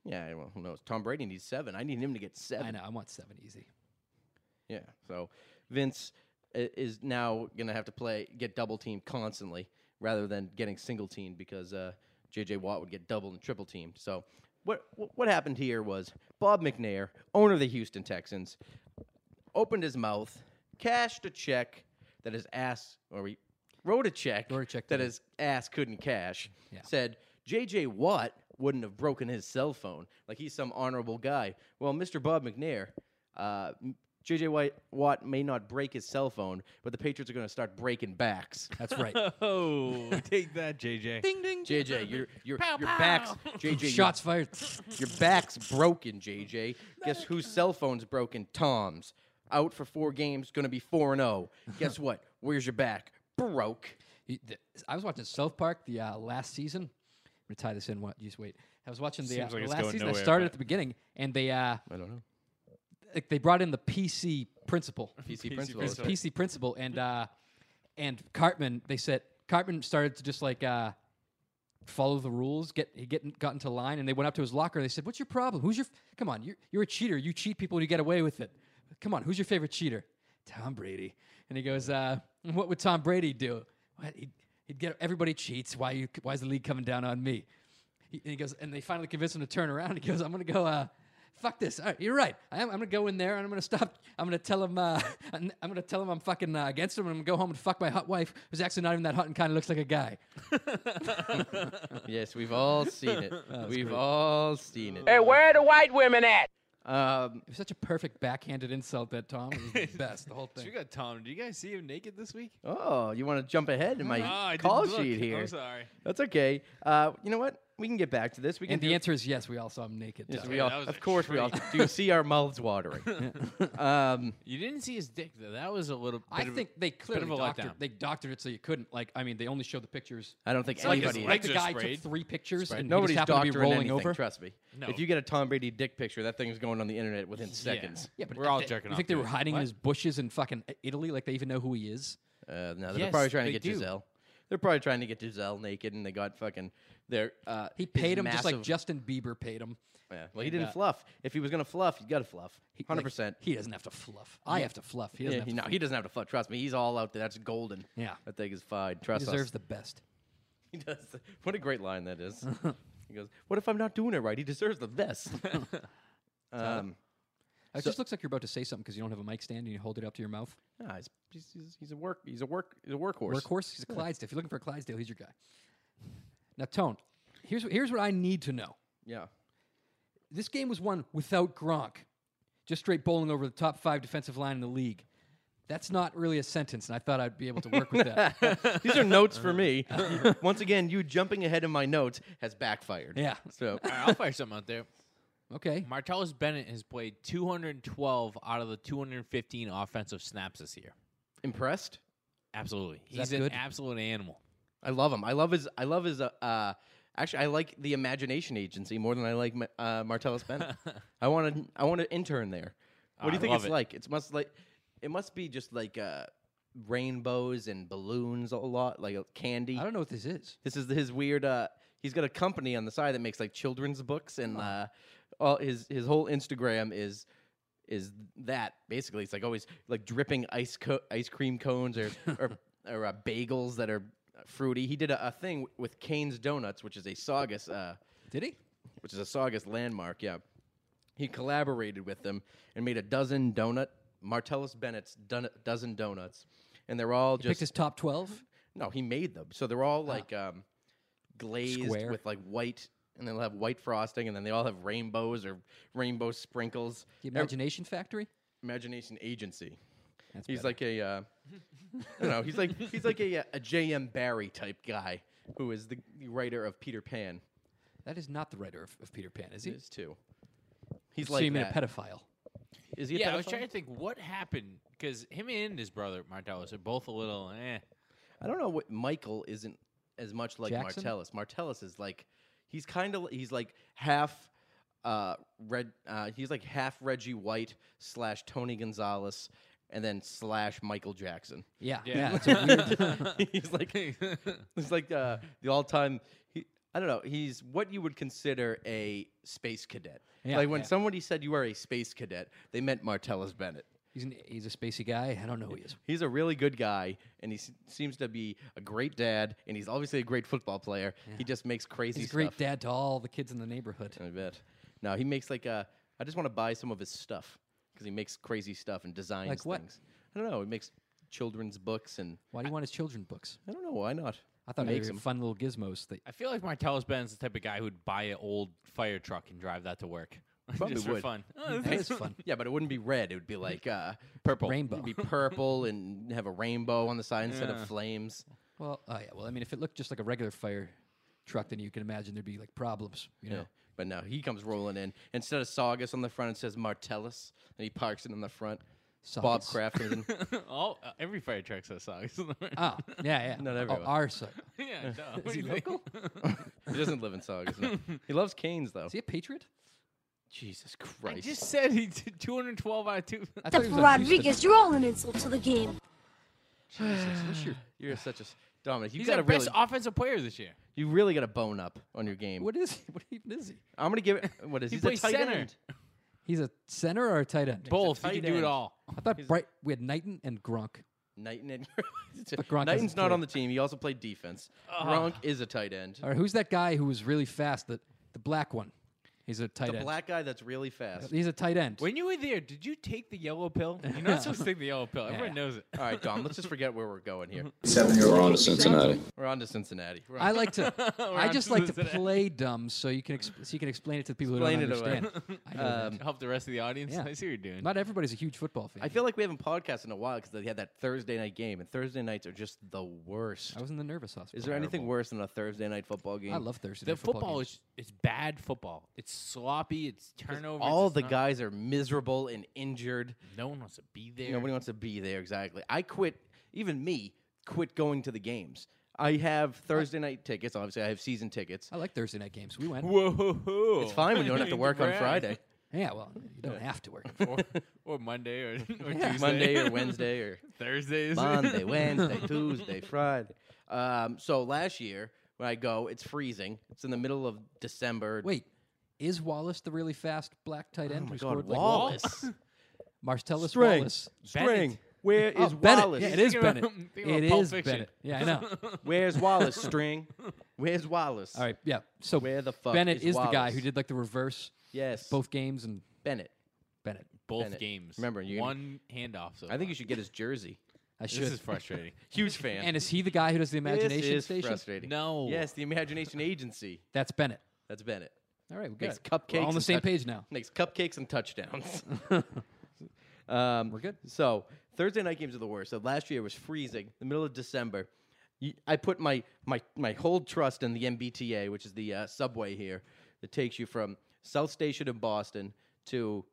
S5: Yeah, well, who knows? Tom Brady needs seven. I need him to get seven.
S6: I know. I want seven easy.
S5: Yeah. So Vince i- is now going to have to play get double teamed constantly rather than getting single teamed because uh, J.J. Watt would get double and triple teamed. So what wh- what happened here was Bob McNair, owner of the Houston Texans, opened his mouth, cashed a check that his ass or he wrote a check,
S6: Wrote a check
S5: that
S6: to-
S5: his ass couldn't cash.
S6: Yeah.
S5: Said J.J. Watt wouldn't have broken his cell phone like he's some honorable guy. Well, Mr. Bob McNair. Uh, m- J.J. White, Watt may not break his cell phone, but the Patriots are going to start breaking backs.
S6: That's right.
S7: Oh, take that, JJ.
S5: J.J., your your your backs, J.J.
S6: Shots fired.
S5: Your, your back's broken, J.J. Guess whose cell phone's broken? Tom's out for four games, going to be four and zero. Guess what? Where's your back? Broke.
S6: He- th- I was watching South Park the uh, last season. I'm gonna tie this in. What? You just wait. I was watching the, uh,
S7: Seems like
S6: the
S7: it's
S6: last
S7: going
S6: season. I
S7: nowhere,
S6: started
S7: but-
S6: at the beginning, and they uh,
S5: I don't know.
S6: like they brought in the PC principal.
S5: PC,
S7: principal.
S5: principles.
S7: Sorry.
S6: PC principal and uh, and Cartman. They said Cartman started to just like uh, follow the rules. Get he get got into line, and they went up to his locker. and They said, "What's your problem? Who's your? f- Come on, you're you're a cheater. You cheat people, and you get away with it. Come on, who's your favorite cheater? Tom Brady." And he goes, uh, "What would Tom Brady do? What, he'd, he'd get everybody cheats. Why you? Why is the league coming down on me?" He, and he goes, and they finally convince him to turn around. He goes, "I'm gonna go." Uh, Fuck this! All right, you're right. I am, I'm gonna go in there and I'm gonna stop. I'm gonna tell him. Uh, I'm gonna tell him I'm fucking uh, against him, and I'm gonna go home and fuck my hot wife, who's actually not even that hot and kind of looks like a guy.
S5: Yes, we've all seen it. we've all seen it.
S9: where the white women at?
S5: Um,
S6: It was such a perfect backhanded insult that Tom it was the best. The whole
S7: So we
S6: thing.
S7: got Tom. Did you guys see him naked this week?
S5: oh, you want to jump ahead in my
S7: Oh, I didn't
S5: call
S7: look.
S5: sheet here?
S7: I'm sorry.
S5: That's okay. Uh, you know what? We can get back to this. We can
S6: And
S5: do-
S6: the answer is yes. We all saw him naked.
S5: Yes,
S6: Tom.
S5: we all.
S7: that was
S5: Of
S7: a
S5: course, we all. Do you see our mouths watering? um,
S7: You didn't see his dick though. That was a little. Bit
S6: I
S7: of a-
S6: think they
S7: bit
S6: clearly
S7: of a
S6: doctored.
S7: letdown.
S6: They doctored it so you couldn't. Like, I mean, they only showed the pictures.
S5: I don't think
S7: like his
S5: anybody.
S7: legs
S6: Like the
S7: are
S6: guy
S7: sprayed.
S6: took three pictures and
S5: nobody's
S6: he just happened
S5: doctoring
S6: to be rolling
S5: anything.
S6: over.
S5: Trust me.
S7: No.
S5: If you get a Tom Brady dick picture, that thing's going on the internet within seconds.
S6: Yeah, but
S7: We're all
S6: they, You
S7: jerking off
S6: think they
S7: to
S6: were
S7: it.
S6: hiding
S7: What?
S6: in his bushes in fucking Italy? Like they even know who he is?
S5: Uh, no, they're
S7: Yes,
S5: probably trying to
S7: they
S5: get
S7: do.
S5: Giselle. They're probably trying to get Giselle naked, and they got fucking their. Uh,
S6: He
S5: his
S6: paid him just like
S5: massive-
S6: Justin Bieber paid him.
S5: Yeah. Well, he didn't fluff. If he was gonna fluff, he got to fluff.
S6: He-
S5: Hundred
S6: like,
S5: percent.
S6: He doesn't have to fluff. I have to fluff. He doesn't
S5: Yeah,
S6: have
S5: he,
S6: to
S5: no,
S6: fluff.
S5: he doesn't have to fluff. Trust me, he's all out there. That's golden.
S6: Yeah.
S5: that thing is fine.
S6: He
S5: Trust us.
S6: deserves the best.
S5: He does. What a great line that is. he goes, "What if I'm not doing it right? He deserves the best." um,
S6: It just looks like you're about to say something because you don't have a mic stand and you hold it up to your mouth.
S5: nah, he's, he's, he's, he's a work. He's a work. He's a workhorse.
S6: Workhorse. He's a Clydesdale. If you're looking for a Clydesdale, he's your guy. Now, Tone, here's wh- here's what I need to know.
S5: Yeah.
S6: This game was won without Gronk, just straight bowling over the top five defensive line in the league. That's not really a sentence, and I thought I'd be able to work with that.
S5: These are notes for me. Once again, you jumping ahead in my notes has backfired.
S6: Yeah.
S5: So
S7: All right, I'll fire something out there.
S6: Okay,
S7: Martellus Bennett has played 212 out of the 215 offensive snaps this year.
S5: impressed.
S7: Absolutely,
S6: that
S7: he's an
S6: good?
S7: absolute animal.
S5: I love him. I love his. I love his. Uh, uh, actually, I like the Imagination Agency more than I like Ma- uh, Martellus Bennett. I want to. I want to intern there. What
S7: I
S5: do you think
S7: love
S5: it's
S7: it.
S5: like? It's must like. It must be just like uh, rainbows and balloons a lot, like uh, candy.
S6: I don't know what this is.
S5: This is his weird. Uh, he's got a company on the side that makes like children's books, and uh, all his his whole Instagram is is that basically. It's like always like dripping ice co- ice cream cones or or, or uh, bagels that are fruity. He did a, a thing with Kane's Donuts, which is a Saugus. Uh,
S6: Did he?
S5: which is a Saugus landmark. Yeah, he collaborated with them and made a dozen donut Martellus Bennett's dun- dozen donuts, and they're all
S6: Picked
S5: just
S6: his top twelve.
S5: no, he made them, so they're all like um, glazed
S6: Ah. Square.
S5: with like white, and they'll have white frosting, and then they all have rainbows or rainbow sprinkles.
S6: The Imagination Factory.
S5: Imagination Agency. he's like a, uh, I don't know. He's like he's like a, uh, a J.M. Barry type guy who is the writer of Peter Pan.
S6: That is not the writer of, of Peter Pan, is he?
S5: He is too. He's
S6: so
S5: like
S6: you mean
S5: that.
S6: a pedophile?
S5: Is he a
S7: Yeah, I was
S5: pedophile?
S7: trying to think what happened because him and his brother Martellus are both a little eh.
S5: I don't know what Michael isn't as much like
S6: Jackson?
S5: Martellus. Martellus is like he's kind of he's like half uh red uh he's like half Reggie White slash Tony Gonzalez and then slash Michael Jackson.
S6: Yeah.
S7: Yeah.
S6: it's a weird-
S5: he's like
S7: eh.
S5: he's like uh, the all time he I don't know, he's what you would consider a space cadet.
S6: Yeah,
S5: like when
S6: yeah.
S5: somebody said you are a space cadet, they meant Martellus Bennett.
S6: he's, an, he's a spacey guy. I don't know who he is.
S5: He's a really good guy, and he s- seems to be a great dad, and he's obviously a great football player. He just makes crazy
S6: He's a
S5: stuff.
S6: great dad to all the kids in the neighborhood.
S5: I bet. No, he makes like a. I just want to buy some of his stuff because he makes crazy stuff and designs
S6: Like what?
S5: things. I don't know. He makes children's books, and
S6: Why do you want his children books?
S5: I don't know why not.
S6: I thought they
S5: makes
S6: were
S5: them.
S6: fun little gizmos. That
S7: I feel like Martellus Bennett's the type of guy who'd buy an old fire truck and drive that to work
S5: Probably
S7: just for
S5: would.
S7: fun. Oh,
S6: that is fun.
S5: Yeah, but it wouldn't be red. It would be like uh,
S7: Purple.
S6: Rainbow.
S5: it'd be purple and have a rainbow on the side instead of flames.
S6: Well, oh yeah. Well, I mean, if it looked just like a regular fire truck, then you can imagine there'd be like problems. You know,
S5: Yeah. But no, he comes rolling in. Instead of Saugus on the front, it says Martellus, and he parks it in the front. Bob
S6: Saugus.
S5: Crafton.
S7: All uh, every fire truck says Saugus.
S6: Oh, yeah, yeah.
S5: Not
S6: oh,
S5: everyone.
S6: our side.
S7: yeah, duh. What
S6: Is he
S7: do you think?
S6: local?
S5: he doesn't live in Saugus. no. He loves canes, though.
S6: Is he a patriot?
S5: Jesus
S7: I
S5: Christ.
S7: just said he did 212 out of two.
S6: I thought
S3: Dr.
S6: he was a Houston-
S3: Rodriguez, you're all an insult to the game.
S5: You're such a s- Dominic. You
S7: He's
S5: got
S7: our
S5: to really,
S7: best offensive player this year.
S5: you really got to bone up on your game.
S6: What is he? What even is he?
S5: I'm gonna give it. What is
S7: He
S5: he's a
S7: plays
S5: tight
S7: center.
S5: end?
S6: He's a center or a tight end?
S7: Both. He
S5: tight
S7: can do it
S5: end.
S7: all.
S6: I thought Bright. We had Knighton and Gronk.
S5: Knighton and
S6: Gronk
S5: Knighton's
S6: doesn't
S5: not
S6: play. Ah.
S5: on the team. He also played defense. Gronk is a tight end.
S6: All right, who's that guy who was really fast? The the black one. He's a tight
S5: The
S6: end.
S5: black guy that's really fast.
S6: He's a tight end.
S7: When you were there, did you take the yellow pill? You're not supposed to take the yellow pill. Everyone knows it.
S5: All right, Dom. Let's just forget where we're going here.
S10: We're on to Cincinnati.
S5: We're on to Cincinnati. We're
S6: I like to. I
S7: on
S6: just
S7: to
S6: like to
S7: the-
S6: play dumb, so you can exp- so you can explain it to the people who
S5: Explain
S6: don't
S5: it away. Uh,
S6: understand. I know that.
S7: Help the rest of the audience.
S6: Yeah.
S7: I see what you're doing.
S6: Not everybody's a huge football fan.
S5: I feel like we haven't podcasted in a while because they had that Thursday night game, and Thursday nights are just the worst.
S6: I was in the nervous hospital.
S5: Is there anything worse than a Thursday night football game?
S6: I love Thursday.
S7: the
S6: night football,
S7: football
S6: games.
S7: is it's bad football. It's sloppy. It's turnovers.
S5: All
S7: it's
S5: the
S7: not-
S5: guys are miserable and injured.
S7: No one wants to be there.
S5: Nobody wants to be there. Exactly. I quit. Even me quit going to the games. I have Thursday night tickets. Obviously, I have season tickets.
S7: Oh.
S6: I like Thursday night games. We went.
S7: Whoa!
S5: It's fine when you don't have to work on
S7: Congrats.
S5: Friday,
S6: Yeah, well, you don't have to work.
S7: or, or Monday or, or Tuesday.
S5: Monday or Wednesday or
S7: Thursdays.
S5: Monday, Wednesday, Tuesday, Friday. Um, so last year when I go, it's freezing. It's in the middle of December.
S6: Wait, is Wallace the really fast black tight end
S5: oh
S6: who
S5: my
S6: scored
S5: God,
S6: like
S5: Wallace.
S6: Marcellus
S5: String.
S6: Wallace?
S5: String. Where is
S6: Oh, Bennett.
S5: Wallace?
S6: Yeah, it is
S7: Thinking about-
S6: Bennett.
S7: I'm thinking
S6: It
S7: about Pulp
S6: is
S7: Fiction.
S6: Bennett. Yeah, I know.
S5: Where's Wallace? String. Where's Wallace?
S6: All right, yeah. So
S5: Where the fuck
S6: Bennett
S5: is
S6: the guy
S5: Wallace?
S6: who did like the reverse
S5: Yes.
S6: both games and
S5: Bennett.
S6: Bennett.
S7: Both
S5: Bennett.
S7: games.
S5: Remember, you're gonna-
S7: one handoff. So
S5: I think you should get his jersey.
S6: I
S7: This is
S6: should.
S7: frustrating.
S5: Huge fan.
S6: And is he the guy who does the imagination
S5: this is
S6: station?
S5: frustrating.
S7: No.
S5: Yes, the Imagination Agency.
S6: That's Bennett.
S5: That's Bennett.
S6: All right, we got
S5: Makes
S6: it.
S5: cupcakes.
S6: We're all on the
S5: and
S6: same
S5: touch-
S6: page now.
S5: Makes cupcakes and touchdowns. um,
S6: We're good.
S5: So Thursday night games are the worst. So last year was freezing, the middle of December. Y- I put my my my whole trust in the MBTA, which is the uh, subway here that takes you from South Station in Boston to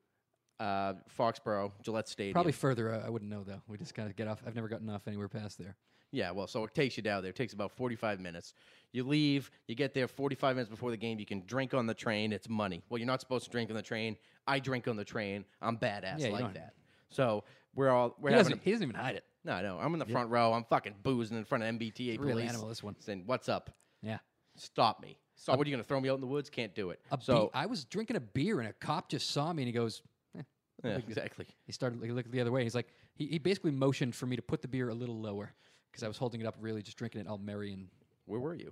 S5: uh, Foxborough, Gillette Stadium.
S6: Probably further. uh, I wouldn't know though. We just kind of get off. I've never gotten off anywhere past there.
S5: Yeah, well, so it takes you down there. It takes about 45 minutes. You leave, you get there 45 minutes before the game. You can drink on the train. It's money. Well, you're not supposed to drink on the train. I drink on the train. I'm badass
S6: Yeah, you
S5: like
S6: don't-
S5: that. So We're all we're
S6: He
S5: having.
S6: doesn't,
S5: a-
S6: he doesn't even hide it.
S5: no, no, I'm in the front row. I'm fucking boozing in front of MBTA
S6: Real
S5: police.
S6: animal, this one.
S5: Saying, "What's up?
S6: Yeah.
S5: Stop me! So what are you gonna throw me out in the woods? Can't do it."
S6: A be-
S5: so
S6: I was drinking a beer and a cop just saw me and he goes, eh.
S5: yeah, exactly.
S6: he started like, looking the other way. He's like, he, he basically motioned for me to put the beer a little lower because I was holding it up, really just drinking it all merry and
S5: Where were you?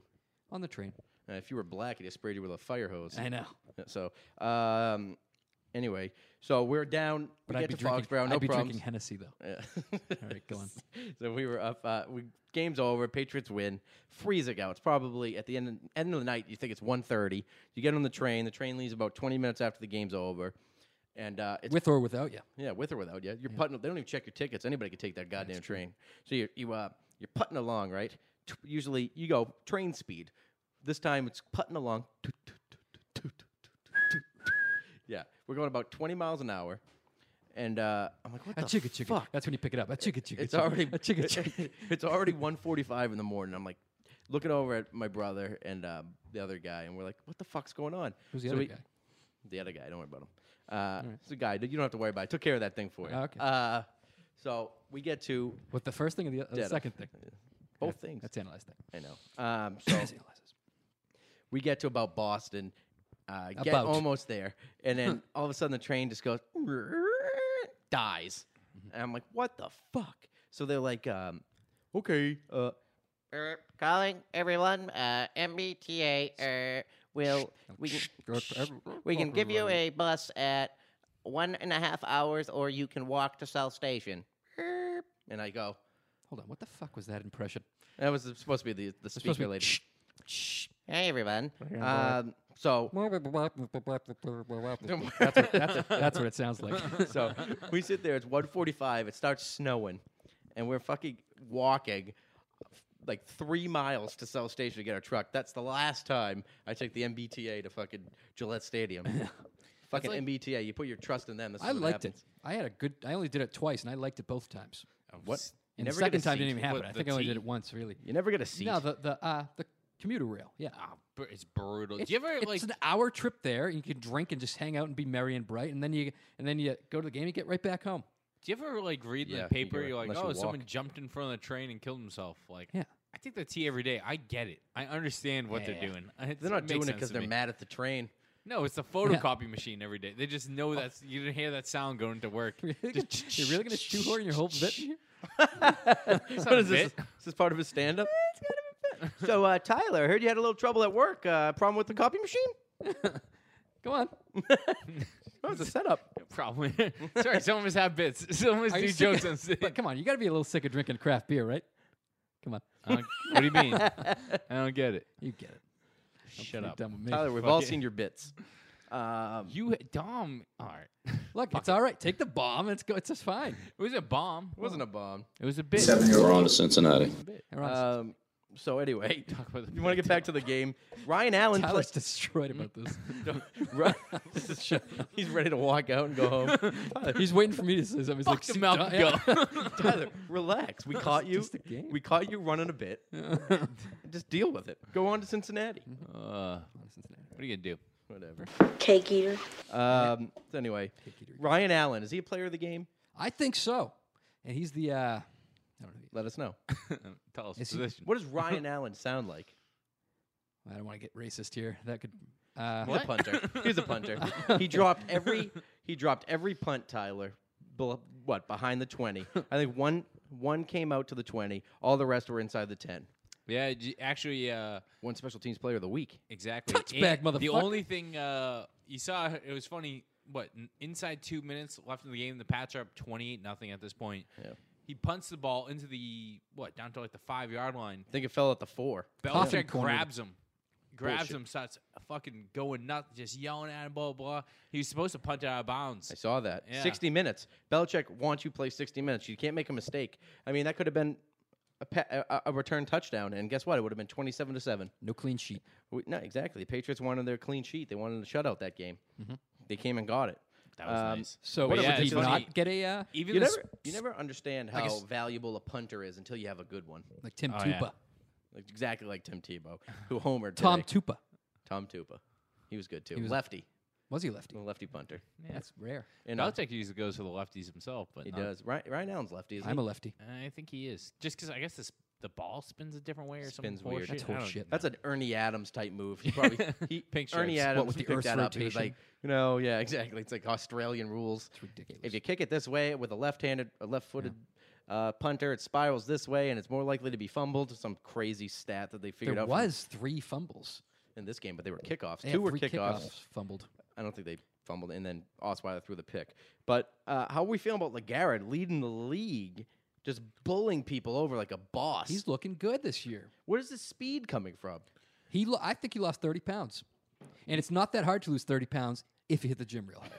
S6: on the train.
S5: Uh, if you were black, he'd have sprayed you with a fire hose.
S6: I know.
S5: So, um, anyway, so we're down. we
S6: But I'd
S5: get
S6: be,
S5: to
S6: drinking,
S5: Foxborough. No
S6: I'd be
S5: problems.
S6: drinking Hennessy though.
S5: Yeah.
S6: All right, go on.
S5: so we were up. Uh, we game's over. Patriots win. Freezing out. It's probably at the end of, end of the night. You think it's 1.30. You get on the train. The train leaves about twenty minutes after the game's over, and uh, it's
S6: With or without you.
S5: yeah, with or without you. You're putting. They don't even check your tickets. Anybody could take that goddamn train. So you you uh you're putting along, right? T- usually you go train speed. This time it's putting along. Toot, toot, toot, toot, toot, toot, toot, toot. yeah, we're going about 20 miles an hour, and uh, I'm like, what
S6: A
S5: the
S6: chicka chicka.
S5: fuck?
S6: That's when you pick it up. A chicka chicka.
S5: It's
S6: chicka.
S5: already
S6: a chicka chicka.
S5: it's already 1:45 in the morning. I'm like looking over at my brother and uh, the other guy, and we're like, what the fuck's going on?
S6: Who's the other
S5: we-
S6: guy?
S5: the other guy. Don't worry about him. Uh, It's a guy. You don't have to worry about. It. I took care of that thing for you.
S6: Ah, okay.
S5: Uh, so we get to
S6: With the first thing and the, uh, the
S5: Dead.
S6: second thing.
S5: both things.
S6: That's analyzed thing.
S5: I know. Um, so
S6: That's analyzed.
S5: we get to about Boston, uh, get
S6: About.
S5: almost there, and then all of a sudden the train just goes dies,
S6: Mm-hmm.
S5: and I'm like, what the fuck? So they're like, um, okay, uh,
S11: er, calling everyone. Uh, MBTA. Er, will we can, we can give you a bus at one and a half hours, or you can walk to South Station. Er,
S5: and I go,
S6: Hold on. What the fuck was that impression?
S5: that was supposed to be the the
S6: supposed to
S5: speaker
S6: be
S5: lady.
S11: Hey, everyone.
S5: Um, so
S6: That's what, that's, it- that's what it sounds like.
S5: so we sit there. It's 1:45. It starts snowing, and we're fucking walking like three miles to South Station to get our truck. That's the last time I took the MBTA to fucking Gillette Stadium. fucking MBTA. You put your trust in them. This is
S6: I
S5: what
S6: liked
S5: happens.
S6: it. I had a good. I only did it twice, and I liked it both times.
S5: What? You
S6: And the
S5: never get a
S6: second time didn't
S5: seat.
S6: even happen.
S7: What,
S6: I
S7: the
S6: think I only did
S7: tea?
S6: it once, really.
S5: You never get a seat.
S6: No, the the uh, the commuter rail. Yeah.
S7: Ah, br- it's brutal.
S6: It's,
S7: Do you ever
S6: it's
S7: like?
S6: an hour trip there, and you can drink and just hang out and be merry and bright, and then you and then you go to the game and get right back home.
S7: Do you ever like read in
S5: Yeah,
S7: the
S5: you
S7: paper?
S5: do it,
S7: You're like,
S5: unless you
S7: oh, someone
S5: walk.
S7: jumped in front of the train and killed himself. Like,
S6: Yeah.
S7: I take the tea every day. I get it. I understand what
S6: Yeah.
S7: they're doing. It's-
S5: they're
S7: it
S5: not
S7: makes
S5: doing it
S7: sense
S5: because
S7: to
S5: they're
S7: me.
S5: mad at the train.
S7: No, it's the photocopy machine every day. They just know that's you didn't hear that sound going to work.
S6: You're really gonna, you're really gonna shoehorn your whole bit? in here?
S5: what is this?
S7: bit.
S5: Is this part of his stand-up? so uh, Tyler, I heard you had a little trouble at work. Uh, problem with the copy machine?
S6: Go on.
S5: That was a setup.
S7: Probably. Sorry, some of us have bits. Some of us
S6: Are you
S7: do
S6: sick
S7: jokes
S6: of-
S7: on stage.
S6: But come on, you got to be a little sick of drinking craft beer, right? Come on,
S7: I don't- what do you mean? I don't get it.
S6: you get it. Don't
S7: Shut
S6: be
S7: up.
S6: dumb with me.
S5: Tyler, we've
S7: Fuck
S5: all
S7: it.
S5: seen your bits. Um,
S7: You Dom. All right. It
S6: Look, it's all right. Take the bomb. It's go. It's just fine.
S7: was a bomb.
S5: It wasn't a bomb.
S7: It was a bit. Uh,
S10: We're on to Cincinnati.
S6: We're honest.
S5: Um, so anyway,
S7: about the
S5: you want to get back to the game. Ryan Allen played.
S6: Tyler's destroyed about this.
S5: this is sh- he's ready to walk out and go home.
S6: He's waiting for me to say something. He's like,
S7: the
S6: "See,
S7: Malcolm
S6: Di- yeah."
S5: Tyler, relax. We caught you.
S6: just a game.
S5: We caught you running a bit. Just deal with it. Go on to Cincinnati.
S7: Uh, what are you gonna do?
S5: Whatever.
S3: Cake eater.
S5: Um, so anyway, Ryan Allen is he a player of the game?
S6: I think so. And he's the. Uh, I don't know.
S5: Let us know.
S7: Tell us
S6: Is he-
S7: position.
S5: What does Ryan Allen sound like?
S6: I don't want to get racist here. That could. Uh,
S5: He's a punter. He's a punter. he dropped every he dropped every punt, Tyler. bel- What behind the twenty? I think one one came out to the twenty. All the rest were inside the ten.
S7: Yeah, j- actually, uh,
S5: One special teams player of the week.
S7: exactly.
S6: Touchback,
S7: And The
S6: motherfucker.
S7: only thing uh, you saw, it was funny. What n- inside two minutes left in the game, the Pats are up twenty-eight nothing at this point.
S5: Yeah.
S7: He punts the ball into the what down to like the five-yard line.
S5: I think it fell at the four.
S6: Coffin
S7: Belichick
S6: cornered
S7: grabs him, grabs
S5: Bullshit.
S7: him, starts fucking going nuts, just yelling at him, blah blah. blah. He was supposed to punt it out of bounds.
S5: I saw that.
S7: Yeah.
S5: Sixty minutes. Belichick wants you to play sixty minutes. You can't make a mistake. I mean, that could have been a, pa- a, a return touchdown, and guess what? It would have been twenty-seven to seven.
S6: no clean sheet.
S5: We, no, exactly. The Patriots wanted their clean sheet. They wanted a shutout that game. They came and got it.
S7: That was
S5: Um,
S7: nice.
S6: So
S5: What
S7: a
S6: yeah, did he
S7: ridiculous-
S6: not get a uh,
S7: Even
S5: You
S7: the
S5: never,
S7: sp-
S5: you never understand
S6: I
S5: how
S6: guess-
S5: valuable a punter is until you have a good one.
S6: like Tim
S7: Oh,
S6: Tupa,
S7: yeah.
S5: Like, exactly like Tim Tebow, who homered.
S6: Tom
S5: today.
S6: Tupa?
S5: Tom Tupa. He was good too.
S6: was-
S5: Lefty.
S6: Was he lefty?
S5: A lefty punter.
S6: That's rare.
S5: And, uh,
S7: Belichick usually goes to the lefties himself, but
S5: he
S7: not-
S5: does. Ryan, Ryan Allen's lefty. Isn't
S6: I'm a
S5: he?
S6: lefty.
S7: I think he is. Just because I guess this, the ball spins a different way or something.
S5: Spins weird.
S6: That's horseshit.
S5: That's an Ernie Adams type move. He probably he,
S7: Pink
S5: Ernie
S7: stripes.
S5: Adams
S6: with the
S5: picked
S6: Earth's
S5: that up. He was
S6: rotation?
S5: like, you know, yeah, exactly. It's like Australian rules. It's
S6: ridiculous.
S5: If you kick it this way with a left-handed, a left-footed uh, punter, it spirals this way, and it's more likely to be fumbled. Some crazy stat that they figured
S6: There
S5: out from-
S6: was three fumbles.
S5: in this game, but they were kickoffs.
S6: They
S5: Two
S6: had
S5: were
S6: three
S5: kickoffs.
S6: fumbled.
S5: I don't think they fumbled, and then Osweiler threw the pick. But uh, how are we feeling about Legarrette leading the league, just bullying people over like a boss?
S6: He's looking good this year.
S5: Where's the speed coming from?
S6: He, lo- I think he lost 30 pounds, and it's not that hard to lose 30 pounds if you hit the gym real hard.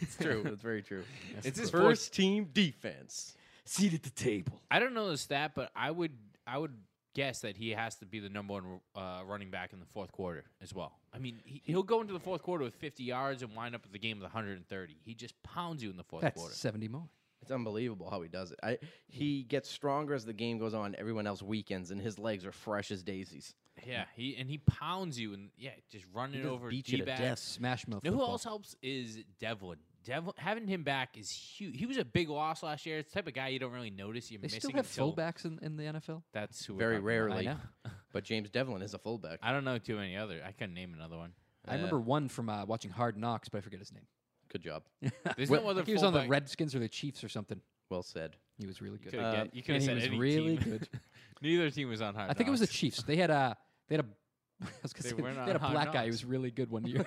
S5: It's true. That's very true.
S7: It's his
S5: first team defense.
S6: Seat at the table.
S7: I don't know the stat, but I would I would guess that he has to be the number one uh, running back in the fourth quarter as well. I mean, he, he'll go into the fourth quarter with 50 yards and wind up with the game with 130. He just pounds you in the fourth
S6: That's
S7: quarter.
S6: 70 more.
S5: It's unbelievable how he does it. I, he gets stronger as the game goes on. Everyone else weakens, and his legs are fresh as daisies.
S7: Yeah, he and he pounds you and yeah, just running
S5: just
S7: over
S5: beats you to
S7: D-backs.
S5: death.
S6: Smash mouth.
S7: You know who
S6: football.
S7: else helps is Devlin. Devlin having him back is huge. He was a big loss last year. It's the type of guy you don't really notice. You're
S6: They
S7: missing
S6: still have
S7: until-
S6: fullbacks in, in the NFL.
S7: That's who we're
S5: Very
S7: talking about.
S5: rarely.
S6: know.
S5: But James Devlin is a fullback.
S7: I don't know too many other. I couldn't name another one.
S6: I remember one from uh, watching Hard Knocks, but I forget his name.
S5: Good job.
S7: There's
S6: Well,
S7: no
S6: I
S7: other.
S6: think he was on the
S7: fullback-
S6: Redskins or the Chiefs or something.
S5: Well said.
S6: He was really good.
S7: Could've
S5: Uh,
S7: guessed- you could have
S6: and he
S7: said
S6: was
S7: any
S6: really
S7: team.
S6: good.
S7: Neither team was on high.
S6: I think it was the Chiefs. They had a they had a I was gonna
S7: They
S6: say,
S7: were not
S6: had a
S7: Hard
S6: black guy who
S7: Knocks.
S6: was really good one year.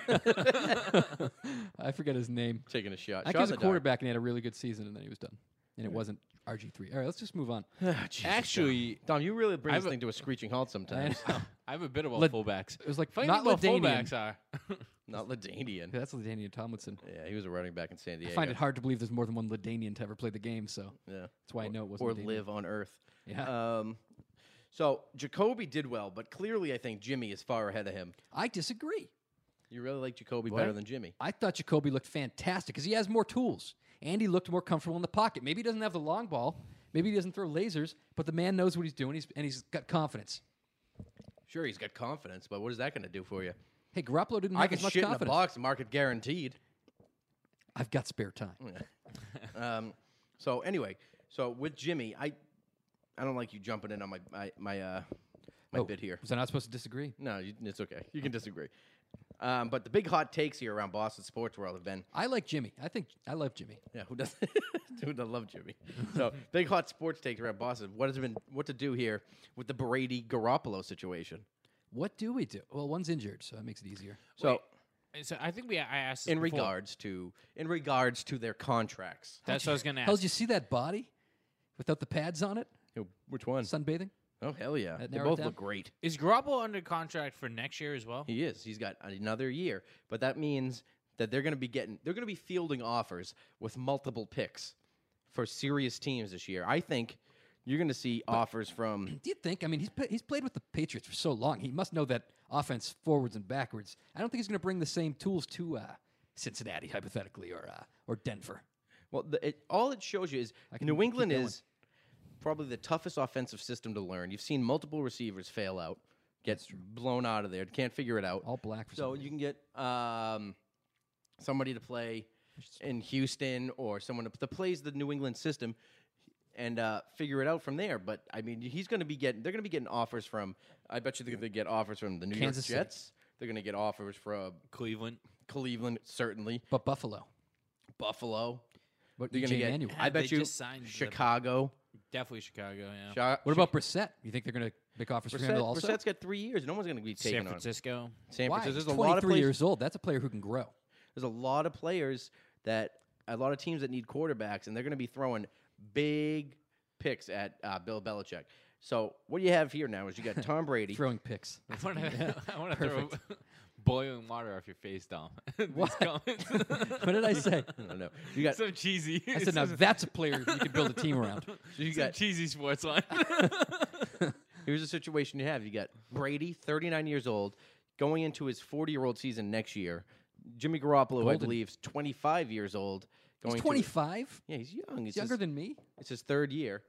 S6: I forget his name.
S5: Taking a shot.
S6: I think
S5: Shot
S6: he was
S5: in
S6: a
S5: the dark.
S6: quarterback and he had a really good season and then he was done. And it wasn't RG three. All right, let's just move on.
S7: Actually,
S5: Dom, you really bring
S7: I
S5: this
S7: have a-
S5: thing to a screeching halt sometimes.
S7: I have a bit about
S6: Lad-
S7: fullbacks.
S6: it was like
S7: funny
S6: not
S7: thing about
S6: Ladanian.
S7: fullbacks are.
S5: Not Ladanian.
S6: That's Ladanian Tomlinson.
S5: Yeah, he was a running back in San Diego.
S6: I find it hard to believe there's more than one Ladanian to ever play the game, so
S5: Yeah.
S6: that's why I know it wasn't.
S5: Or
S6: Ladanian.
S5: live on Earth.
S6: Yeah.
S5: Um, so Jacoby did well, but clearly I think Jimmy is far ahead of him.
S6: I disagree.
S5: You really like Jacoby better
S7: What?
S5: than Jimmy.
S6: I thought Jacoby looked fantastic because he has more tools and he looked more comfortable in the pocket. Maybe he doesn't have the long ball, maybe he doesn't throw lasers, but the man knows what he's doing he's, and he's got confidence.
S5: Sure, he's got confidence, but what is that going to do for you?
S6: Hey, Garoppolo didn't
S5: I
S6: have
S5: can
S6: as much
S5: shit in a
S6: confidence.
S5: box, market guaranteed.
S6: I've got spare time.
S5: Mm, Um, so anyway, so with Jimmy, I I don't like you jumping in on my my my, uh, my
S6: Oh,
S5: bit here.
S6: Was I not supposed to disagree?
S5: No, you, it's okay. You can disagree. Um, but the big hot takes here around Boston sports world have been
S6: I like Jimmy. I think I love Jimmy.
S5: Yeah, who doesn't? Dude, I love Jimmy. So big hot sports takes around Boston. What has been what to do here with the Brady Garoppolo situation?
S6: What do we do? Well, one's injured, so that makes it easier.
S5: So
S7: So I think we I asked this
S5: in
S7: before.
S5: regards to in regards to their contracts,
S7: That's what I was gonna
S6: Hell, did
S7: ask.
S6: you see that body without the pads on it?
S5: which one?
S6: Sunbathing?
S5: Oh hell yeah,
S6: That
S5: they
S6: narrowed
S5: both
S6: down?
S5: look great.
S7: Is Garoppolo under contract for next year as well?
S5: He is. He's got another year, but that means that they're going to be getting they're going to be fielding offers with multiple picks for serious teams this year. I think you're going to see offers from
S6: Do you think? I mean, he's pla- he's played with the Patriots for so long. He must know that offense forwards and backwards. I don't think he's going to bring the same tools to uh, Cincinnati, hypothetically, or uh, or Denver.
S5: Well, the, it, all it shows you is
S6: can
S5: New
S6: keep
S5: England
S6: going.
S5: is probably the toughest offensive system to learn. You've seen multiple receivers fail out, get blown out of there, can't figure it out.
S6: All black for
S5: so
S6: some
S5: you can get um, somebody to play in Houston or someone that plays the New England system and uh, figure it out from there. But I mean, he's going to be getting they're going to be getting offers from. I bet you they're going to get offers from the New
S6: Kansas City.
S5: York Jets. They're going to get offers from
S7: Cleveland.
S5: Cleveland, certainly
S6: But Buffalo,
S5: Buffalo.
S6: but
S5: They're
S6: EJ
S5: gonna get.
S6: Manuel.
S5: I
S7: They
S5: bet you
S7: just signed the-
S5: Chicago.
S7: Definitely Chicago. Yeah.
S5: Chi-
S6: What about Brissett? You think they're going to make offers for him
S5: Brissett,
S6: also?
S5: Brissett's got three years. No one's going to be taking
S7: San
S5: on him.
S7: Francisco.
S5: San
S6: Why?
S5: Francisco. There's
S6: He's
S5: a lot of
S6: 23
S5: players.
S6: years old. That's a player who can grow.
S5: There's a lot of players that a lot of teams that need quarterbacks, and they're going to be throwing big picks at uh, Bill Belichick. So what you have here now is you got Tom Brady.
S6: Throwing picks.
S7: I want to. I want to throw boiling water off your face, Dom. These
S6: What?
S7: comments.
S6: what did I say?
S5: I don't know. You got
S7: so cheesy.
S6: I said, now that's a player you can build a team around.
S5: you
S7: Some
S5: got
S7: cheesy sports line.
S5: here's a situation you have. You got Brady, 39 years old, going into his 40 year old season next year. Jimmy Garoppolo, I
S6: Golden.
S5: believe, is 25 years old. Going
S6: He's
S5: to-
S6: 25.
S5: yeah, he's young. It's
S6: He's younger
S5: his-
S6: than me.
S5: It's his third year.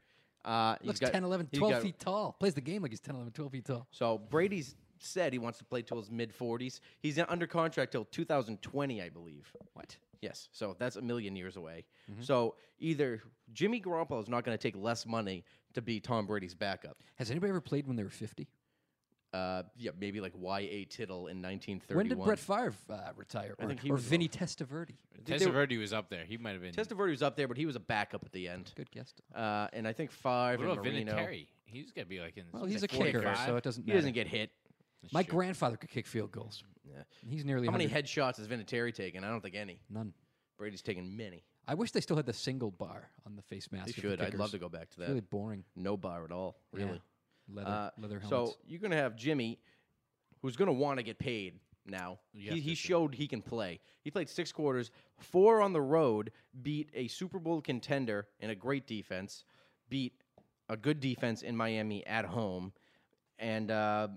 S5: Uh, he's
S6: Looks
S5: got,
S6: 10, 11,
S5: he's
S6: 12
S5: got-
S6: feet tall. Plays the game like he's 10, 11, 12 feet tall.
S5: So Brady's said he wants to play till his mid 40s. He's under contract till 2020, I believe.
S6: What? Mm-hmm.
S5: Yes, so that's a million years away. So either Jimmy Garoppolo is not going to take less money to be Tom Brady's backup.
S6: Has anybody ever played when they were 50?
S5: Uh, yeah, maybe like Y.A. Tittle in 1931.
S6: When did Brett Favre uh, retire?
S5: I
S6: or
S5: think he
S6: or
S5: was-
S6: Vinny Testaverde?
S7: Testaverde was up there. He might have been.
S5: Testaverde was up there, but he was a backup at the end.
S6: Good guess.
S5: Uh, and I think five
S7: what
S5: and
S7: about
S5: Marino.
S7: Vinatieri? He's got to be like in.
S6: Well, he's a
S7: like
S6: kicker,
S7: 45.
S6: so it doesn't
S5: He
S6: matter.
S5: doesn't get hit.
S6: My
S7: Sure.
S6: grandfather could kick field goals.
S5: Yeah.
S6: He's nearly
S5: How many
S6: 100.
S5: headshots has Vinatieri taken? I don't think any.
S6: None.
S5: Brady's taken many.
S6: I wish they still had the single bar on the face mask.
S5: They
S6: of the
S5: should. I'd
S6: kickers.
S5: love to go back to
S6: It's
S5: that.
S6: really boring.
S5: No bar at all, really.
S6: Yeah. Leather,
S5: Uh,
S6: leather helmets.
S5: so you're going to have Jimmy, who's going to want to get paid now. He, he showed he can play. He played six quarters, four on the road, beat a Super Bowl contender in a great defense, beat a good defense in Miami at home, and uh,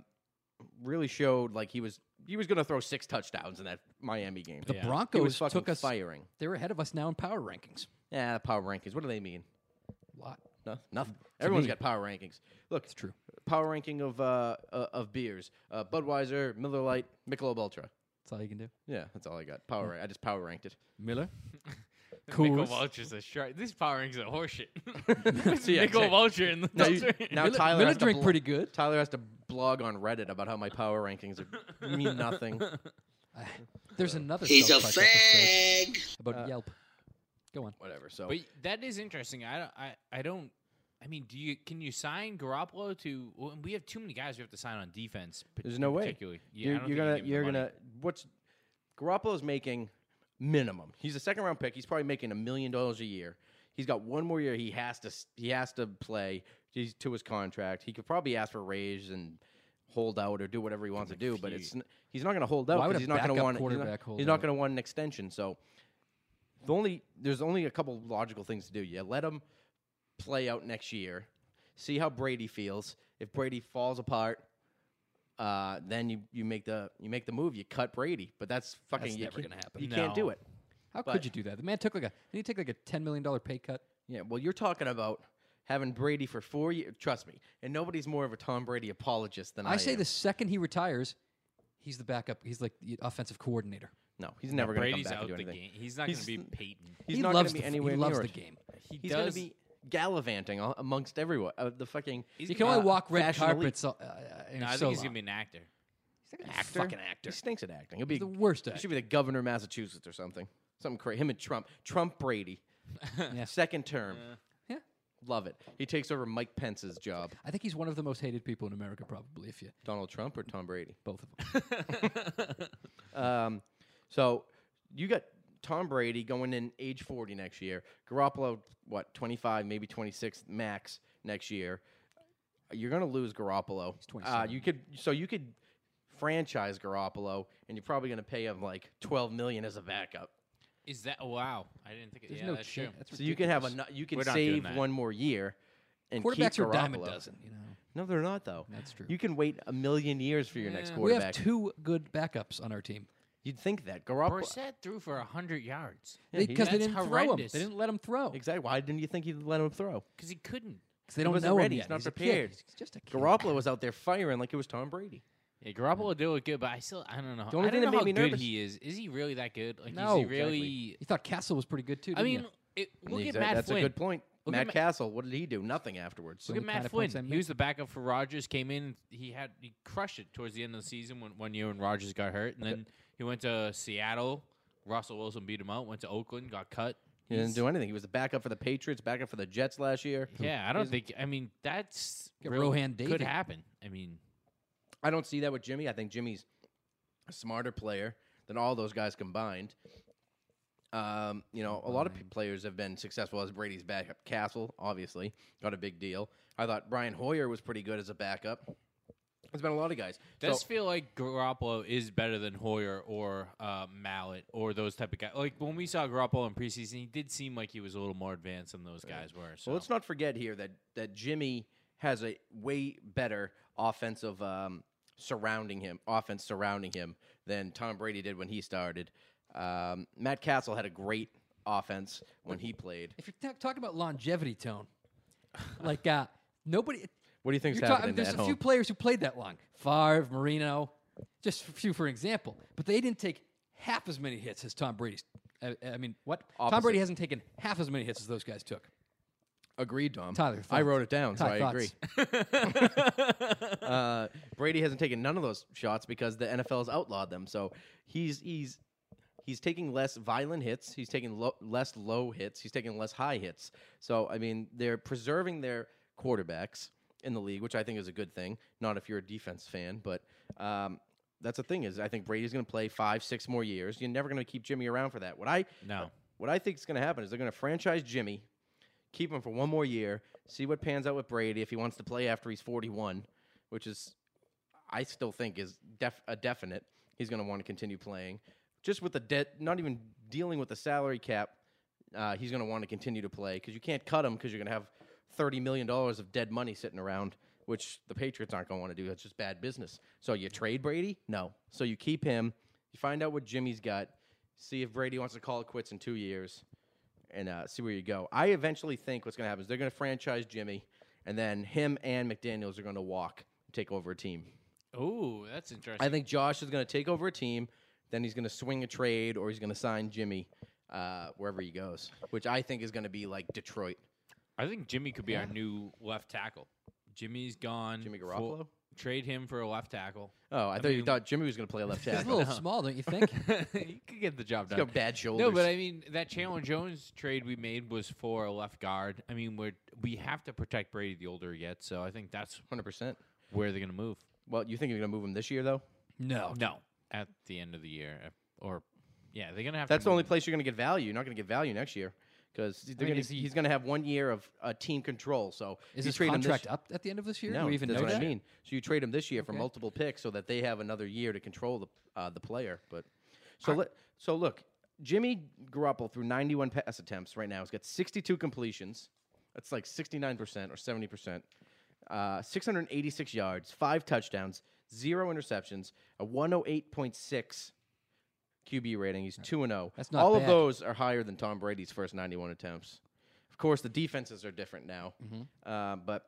S5: really showed like he was he was going to throw six touchdowns in that Miami game.
S6: the
S5: He was
S6: Broncos
S5: fucking
S6: took us.
S5: firing.
S6: They're ahead of us now in power rankings.
S5: Yeah, power rankings. What do they mean?
S6: A lot.
S5: No, nothing. Everyone's
S6: me-
S5: got power rankings. Look, it's
S6: true.
S5: Power ranking of uh, uh, of beers: uh, Budweiser, Miller Lite, Michelob Ultra.
S6: That's all you can do.
S5: Yeah, that's all I got. Power. Rank. I just power ranked it.
S6: Miller.
S7: Michael
S6: Coors.
S7: Vulture's a shark. This power ranking's a horseshit.
S5: So, yeah,
S7: Michael
S5: exactly.
S7: Vulture in the
S5: Now, you- now
S6: Miller-
S5: Tyler
S6: Miller
S5: has to
S6: drink
S5: blo-
S6: pretty good.
S5: Tyler has to blog on Reddit about how my power rankings are, mean nothing.
S6: There's another.
S8: He's
S6: South
S8: a
S6: Park episode
S5: Uh,
S6: about Yelp. Go on.
S5: Whatever. So
S7: But that is interesting. I don't. I, I don't. I mean, do you can you sign Garoppolo to? Well, we have too many guys we have to sign on defense. pa-
S5: there's no way.
S7: particularly. Yeah, I
S5: you're
S7: don't
S5: you're
S7: think you
S5: gonna
S7: give him the
S5: you're
S7: money.
S5: gonna what's Garoppolo's making minimum. He's a second round pick. He's probably making a million dollars a year. He's got one more year. He has to s- he has to play. He's to his contract. He could probably ask for a raise and hold out or do whatever he wants to do. But it's n- he's not going to hold out
S6: Why would
S5: because
S6: a
S5: he's not going to
S6: backup
S5: want he's not-
S6: quarterback
S5: He's
S6: hold
S5: not
S6: out?
S5: going to want an extension. So the only there's only a couple logical things to do. You let him play out next year. See how Brady feels. If Brady falls apart, uh, then you, you make the you make the move. You cut Brady, but that's fucking
S6: That's
S5: you
S6: never
S5: can't-
S6: gonna happen.
S5: You can't do
S7: No.
S5: it.
S6: How
S5: but-
S6: could you do that? The man took like a. Did he take like a ten million dollar pay cut?
S5: Yeah, well, you're talking about having Brady for four years. Trust me, and nobody's more of a Tom Brady apologist than I,
S6: I say
S5: am.
S6: the second he retires, he's the backup. He's like the offensive coordinator.
S5: No, he's never going to come
S7: Brady's
S5: back
S7: out
S5: and do
S7: the
S5: anything.
S7: game. He's not going to
S5: He's-
S7: be Peyton.
S5: He's
S6: he
S5: not going
S6: loves the,
S5: to be
S6: f-
S5: anywhere
S6: he loves
S5: near
S6: the
S5: it.
S6: game.
S7: He
S5: he's going to
S7: does.
S5: be gallivanting a- amongst everyone. Uh, the fucking
S6: You can only
S5: uh,
S6: walk red
S5: fashion elite.
S6: carpets. Uh, uh, in
S7: no, I
S6: so
S7: think he's
S6: long.
S7: going to be an actor.
S5: actor.
S6: Fucking actor.
S5: He stinks at acting. He'll be
S6: the worst
S5: He should be the governor of Massachusetts or something. Something crazy. Him and Trump. Trump Brady. Second term.
S6: Yeah.
S5: Love it. He takes over Mike Pence's job.
S6: I think he's one of the most hated people in America, probably. If you
S5: Donald Trump or Tom Brady?
S6: both of them,
S5: Um, so you got Tom Brady going in age 40 next year. Garoppolo, what, 25, maybe 26 max next year. You're going to lose Garoppolo. He's
S6: 27.
S5: you could so you could franchise Garoppolo and you're probably going to pay him like 12 million as a backup.
S7: Is that wow? I didn't think. It,
S6: there's
S7: yeah,
S6: no
S7: that's
S6: chance.
S7: true.
S6: That's
S5: So you can have a
S6: ridiculous.
S5: nu- you can
S7: We're not doing
S5: save
S7: that.
S5: one more year and
S6: quarterbacks
S5: keep
S6: are a dime a
S5: Garoppolo.
S6: dozen. You know,
S5: No, they're not though.
S6: That's true.
S5: You can wait a million years for your next
S6: we
S5: quarterback.
S6: have two good backups on our team
S5: You'd think that Garoppolo.
S7: Brissett threw for hundred yards
S5: Yeah, he-
S6: because they
S7: That's
S6: didn't throw him.
S7: horrendous.
S6: They didn't let him throw. Exactly.
S5: Exactly. Why didn't you think you'd let him throw?
S7: because he couldn't.
S6: They don't
S5: wasn't
S6: know
S5: ready.
S6: him
S5: He's
S6: yet.
S5: not
S6: a kid.
S5: prepared.
S6: He's just a kid.
S5: Garoppolo was out there firing like it was Tom Brady.
S7: Yeah, Garoppolo did look good, but I still I don't know.
S5: The only
S7: I don't
S5: thing that
S7: know
S5: made
S7: how
S5: me
S7: good
S5: nervous-
S7: he is. Is he really that good? Like,
S6: No,
S7: is he
S6: exactly.
S7: really?
S6: You thought Castle was pretty good too.
S7: I
S6: didn't
S7: mean,
S6: you?
S7: it, look
S5: Exact-
S7: at Matt
S5: That's
S7: Flynn.
S5: a good point.
S7: Look at
S5: Matt
S7: Ma-
S5: Castle, what did he do? Nothing afterwards.
S7: Look
S6: Only
S7: at
S6: kind
S7: Matt
S6: of points
S7: Flynn.
S6: I
S7: He was
S6: make.
S7: the backup for Rogers. Came in. He had he crushed it towards the end of the season when one year when Rogers got hurt, and then he went to Seattle. Russell Wilson beat him out. Went to Oakland, got cut.
S5: He didn't do anything. He was the backup for the Patriots, backup for the Jets last year.
S7: Yeah, I don't think. I mean, that's
S6: Get
S7: really
S6: Rohan
S7: could
S6: Davey.
S7: happen. I mean,
S5: I don't see that with Jimmy. I think Jimmy's a smarter player than all those guys combined. Um, you know, a lot of pe- players have been successful as Brady's backup. Castle, obviously, got a big deal. I thought Brian Hoyer was pretty good as a backup. There's been a lot of guys. So-
S7: does feel like Garoppolo is better than Hoyer or uh, Mallet or those type of guys. Like when we saw Garoppolo in preseason, he did seem like he was a little more advanced than those guys were. So
S5: Well, let's not forget here that that Jimmy has a way better offensive um, surrounding him, offense surrounding him than Tom Brady did when he started. Um, Matt Castle had a great offense when he played.
S6: if you're ta- talking about longevity, tone, like uh, nobody.
S5: What do you think's
S6: You're talking-
S5: happening Oh.
S6: there's
S5: at
S6: a
S5: home?
S6: few players who played that long. Favre, Marino, just a few for example. But they didn't take half as many hits as Tom Brady's. I, I mean, what? Tom
S5: Opposite.
S6: Brady hasn't taken half as many hits as those guys took.
S5: Agreed, Dom.
S6: Tyler,
S5: I
S6: thoughts?
S5: wrote it down, so
S6: Ty,
S5: I
S6: thoughts?
S5: agree. uh, Brady hasn't taken none of those shots because the NFL has outlawed them. So he's he's he's taking less violent hits. He's taking lo- less low hits. He's taking less high hits. So I mean, they're preserving their quarterbacks in the league, which I think is a good thing. Not if you're a defense fan, but. Um, that's the thing is, I think Brady's going to play five, six more years. You're never going to keep Jimmy around for that. What I
S7: No.
S5: what I think is going to happen is they're going to franchise Jimmy, keep him for one more year, see what pans out with Brady if he wants to play after he's 41, which is, I still think is def- a definite. He's going to want to continue playing, just with the debt, not even dealing with the salary cap. Uh, he's going to want to continue to play because you can't cut him because you're going to have thirty million dollars of dead money sitting around, which the Patriots aren't going to want to do. That's just bad business. So you trade Brady? No. So you keep him. You find out what Jimmy's got. See if Brady wants to call it quits in two years, and uh, see where you go. I eventually think what's going to happen is they're going to franchise Jimmy, and then him and McDaniel's are going to walk and take over a team.
S7: Oh, that's interesting.
S5: I think Josh is going to take over a team. Then he's going to swing a trade, or he's going to sign Jimmy uh, wherever he goes, which I think is going to be like Detroit.
S7: I think Jimmy could be our new left tackle. Jimmy's gone.
S5: Jimmy
S7: Fu-
S5: Garoppolo?
S7: trade him for a left tackle.
S5: Oh, I, thought you
S7: mean-
S5: thought Jimmy was going to play left
S6: He's a
S5: tackle.
S6: little small, don't you think?
S7: he could get the job
S5: He's
S7: done.
S5: got bad shoulders.
S7: No, but I mean that Chandler Jones trade we made was for a left guard. I mean we're we have to protect Brady the older he gets, so I think that's
S5: hundred percent.
S7: where they're gonna move.
S5: Well, you think you're gonna move him this year though?
S6: no.
S7: No, at the end of the year, uh, or yeah, they're gonna have.
S5: That's
S7: to
S5: the
S7: move
S5: only
S7: him.
S5: place you're gonna get value. You're not gonna get value next year because
S7: mean,
S5: gonna,
S7: is he-
S5: he's gonna have one year of uh, team control. So
S6: Is
S5: you
S6: his
S5: trade him this-
S6: contract up at the end of this year?
S5: No,
S6: Do we even
S5: that's
S6: know
S5: what
S6: that?
S5: I mean. So you trade him this year for multiple picks so that they have another year to control the uh, the player. But so let so look, Jimmy Garoppolo through 91 pass attempts right now. He's got 62 completions. That's like 69 percent or 70 percent. Uh, 686 yards, five touchdowns, zero interceptions, a 108.6 QB rating. He's two and zero.
S6: That's not
S5: all
S6: bad.
S5: of those are higher than Tom Brady's first 91 attempts. Of course, the defenses are different now,
S6: Mm-hmm.
S5: uh, but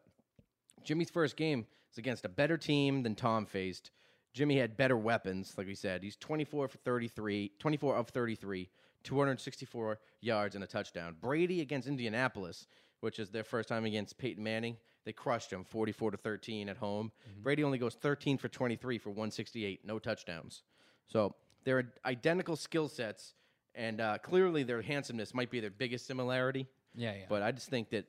S5: Jimmy's first game is against a better team than Tom faced. Jimmy had better weapons, like we said. He's 24 for 33, 24 of 33, 264 yards and a touchdown. Brady against Indianapolis, which is their first time against Peyton Manning, they crushed him 44 to 13 at home.
S6: Mm-hmm.
S5: Brady only goes 13 for 23 for 168, no touchdowns. So they're identical skill sets, and uh, clearly their handsomeness might be their biggest similarity.
S6: Yeah, yeah.
S5: But I just think that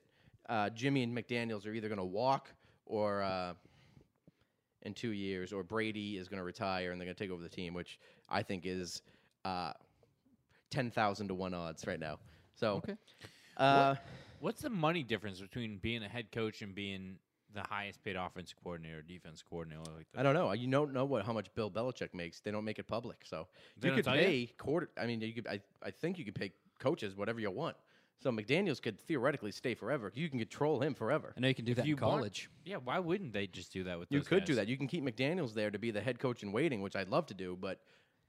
S5: uh, Jimmy and McDaniels are either going to walk or uh, in two years, or Brady is going to retire and they're going to take over the team, which I think is uh, 10,000 to 1 odds right now. So, uh,
S7: What's the money difference between being a head coach and being the highest paid offense coordinator, or defense coordinator? Like that?
S5: I don't know. You don't know what how much Bill Belichick makes. They don't make it public. So you
S7: They don't
S5: could
S7: tell you?
S5: pay quarter. I mean, you could. I, I think you could pay coaches whatever you want. So McDaniel's could theoretically stay forever. You can control him forever.
S6: I know you can do that
S7: you
S6: in
S7: want-
S6: college.
S7: Yeah, why wouldn't they just do that with?
S5: You
S7: those
S5: could do
S7: guys?
S5: that. You can keep McDaniel's there to be the head coach in waiting, which I'd love to do, but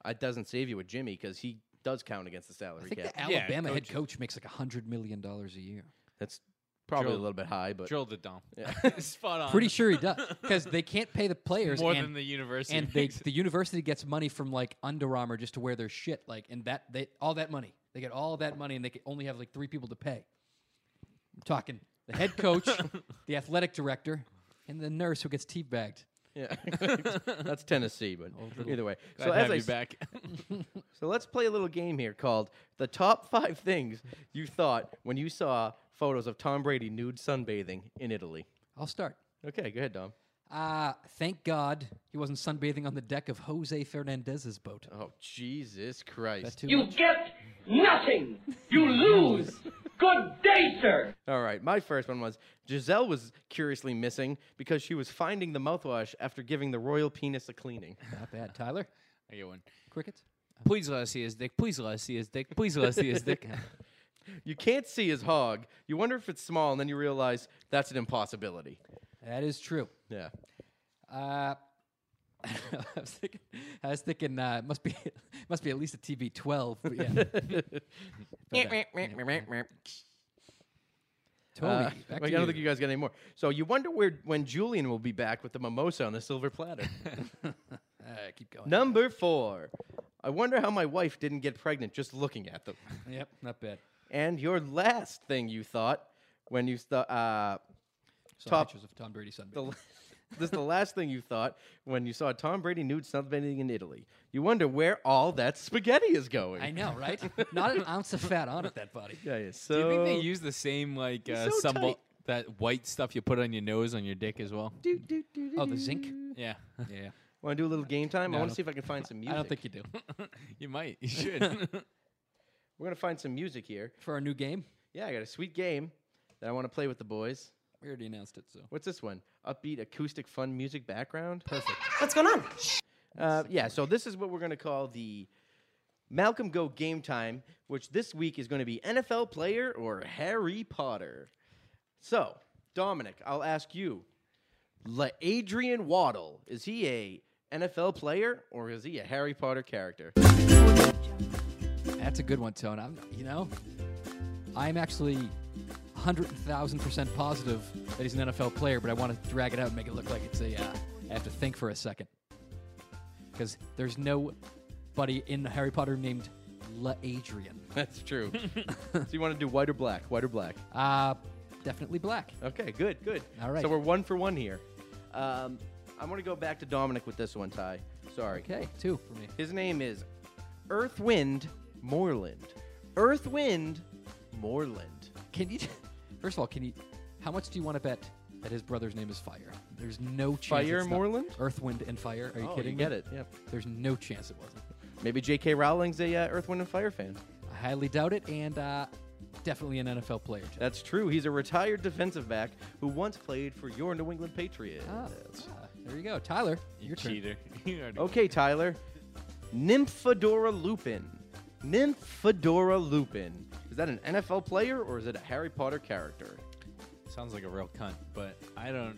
S5: it doesn't save you with Jimmy because he does count against the
S6: I
S5: salary
S6: think
S5: cap.
S6: the Alabama head
S7: coaches.
S6: coach makes like $100 million a year.
S5: That's probably
S7: Drill-
S5: a little bit high, but
S7: Drill the dom. Spot on.
S6: Pretty sure he does because they can't pay the players
S7: more
S6: and-
S7: than the university.
S6: and they,
S7: makes.
S6: the university gets money from like Under Armour just to wear their shit, like, and that they all that money they get all that money, and they can only have like three people to pay. I'm talking the head coach, the athletic director, and the nurse who gets teabagged.
S5: yeah, that's Tennessee. But either way,
S7: Glad to have you
S5: s-
S7: back.
S5: So let's play a little game here called the top five things you thought when you saw photos of Tom Brady nude sunbathing in Italy.
S6: I'll start.
S5: Okay, go ahead, Dom.
S6: Uh, thank God he wasn't sunbathing on the deck of Jose Fernandez's boat.
S5: Oh, Jesus Christ.
S6: That too much?
S2: get nothing. You lose. Good day, sir.
S5: All right, my first one was Giselle was curiously missing because she was finding the mouthwash after giving the royal penis a cleaning.
S6: Not bad, Tyler.
S7: I get one.
S6: Crickets.
S7: Please let us see his dick. Please let us see his dick. Please let us see his dick.
S5: You can't see his hog. You wonder if it's small, and then you realize that's an impossibility.
S6: That is true.
S5: Yeah.
S6: Uh, I was thinking, I was thinking uh, it must be must be at least a TB12. But yeah.
S11: Meh, meh, meh, meh, meh, meh.
S5: Uh,
S6: Tony, back
S5: I
S6: to
S5: don't
S6: you.
S5: think you guys got any more. So you wonder where when Julian will be back with the mimosa on the silver platter.
S6: Uh, keep going.
S5: Number four. I wonder how my wife didn't get pregnant just looking at them.
S6: Yep, not bad.
S5: and your last thing you thought when you th- uh,
S6: Saw
S5: Top-
S6: pictures of Tom Brady sunbathing.
S5: the, this is the last thing you thought when you saw Tom Brady nude sunbathing in Italy. You wonder where all that spaghetti is going.
S6: I know, right? not an ounce of fat on it, that body.
S5: Yeah, yeah, so
S7: Do you think they use the same like uh,
S5: so
S7: some
S5: tight.
S7: that white stuff you put on your nose on your dick as well?
S6: Oh, the zinc.
S7: Yeah,
S6: Yeah.
S5: want to do a little game time? I
S6: No, I
S5: want to
S6: don't-
S5: see if I can find some music.
S6: I don't think you do.
S7: you might. You should.
S5: We're gonna find some music here.
S6: For our new game,
S5: Yeah, I got a sweet game that I want to play with the boys.
S6: we already announced it, so.
S5: What's this one? Upbeat acoustic fun music background.
S6: Perfect.
S12: What's going on?
S5: Uh, yeah, so this is what we're going to call the Malcolm Go Game Time, which this week is going to be NFL player or Harry Potter. So, Dominic, I'll ask you, La Adrian Waddle, is he a NFL player or is he a Harry Potter character?
S6: That's a good one, Tone. I'm, you know, I'm actually 100,000% positive that he's an NFL player, but I want to drag it out and make it look like it's a, uh, I have to think for a second. Because there's nobody in Harry Potter named La Adrian.
S5: That's true. so you want to do white or black? White or black?
S6: Uh, definitely black.
S5: Okay, good, good.
S6: All right.
S5: So we're one for one here. Um, I'm going to go back to Dominic with this one, Ty. Sorry.
S6: Okay, two for me.
S5: His name is Earthwind Moreland. Earthwind Moreland.
S6: Can you, first of all, can you, how much do you want to bet that his brother's name is Fire? There's no chance.
S5: Fire
S6: it's not
S5: Moreland?
S6: Earth, Wind, and Fire. Are you
S5: Oh,
S6: kidding
S5: you
S6: me?
S5: get it. Yep.
S6: There's no chance it wasn't.
S5: Maybe J.K. Rowling's a uh, Earthwind and Fire fan.
S6: I highly doubt it, and uh, definitely an NFL player. Jeff.
S5: That's true. He's a retired defensive back who once played for your New England Patriots.
S6: Ah, ah, there you go, Tyler.
S7: you
S6: your turn.
S7: cheater. You already-
S5: Okay, Tyler. Nymphadora Lupin. Nymphadora Lupin. Is that an NFL player or is it a Harry Potter character?
S7: Sounds like a real cunt, but I don't.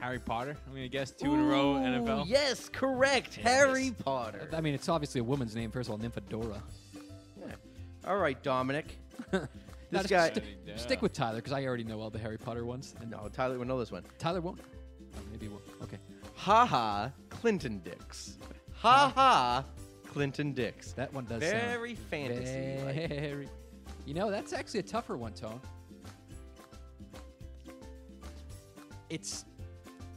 S7: Harry Potter. I'm gonna guess two in a row. NFL.
S5: Yes, correct. Harry Potter.
S6: I mean, it's obviously a woman's name. First of all, Nymphadora.
S5: Yeah. All right, Dominic.
S6: No,
S5: this
S6: just
S5: guy.
S6: sti-
S7: Yeah.
S6: stick with Tyler because I already know all the Harry Potter ones, and
S5: No, Tyler would know this one.
S6: Tyler won't. Oh, maybe he will. Okay,
S5: Ha ha, Clinton Dix. Ha ha, Clinton Dix.
S6: that one does
S5: Very
S6: sound
S5: fantasy.
S6: very. You know, that's actually a tougher one, Tone. It's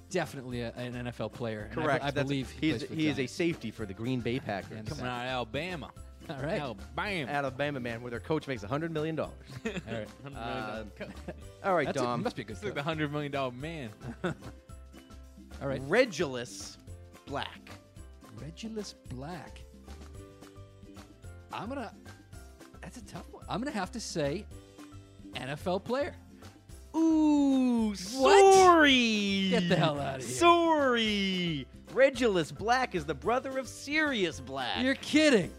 S6: definitely a, an NFL player. and I be-
S5: Correct.
S6: I,
S5: that's-
S6: believe he,
S5: he's
S6: plays for
S5: he is a
S6: Giants.
S5: safety for the Green Bay Packers.
S6: And-
S7: Coming out of Alabama.
S6: All right.
S7: Alabama.
S5: Alabama man, where their coach makes hundred million dollars.
S6: All right.
S5: Uh,
S7: Hundred million dollar-
S5: All right,
S6: That's a-
S5: Dom.
S6: must be a good
S7: It's like
S6: throw.
S7: the hundred million dollar man.
S6: All right.
S5: Regulus Black.
S6: Regulus Black. I'm gonna. That's a tough one. I'm gonna have to say, NFL player.
S5: Ooh,
S6: What?
S5: sorry.
S6: Get the hell out of here.
S5: Sorry. Regulus Black is the brother of Sirius Black,
S6: You're kidding.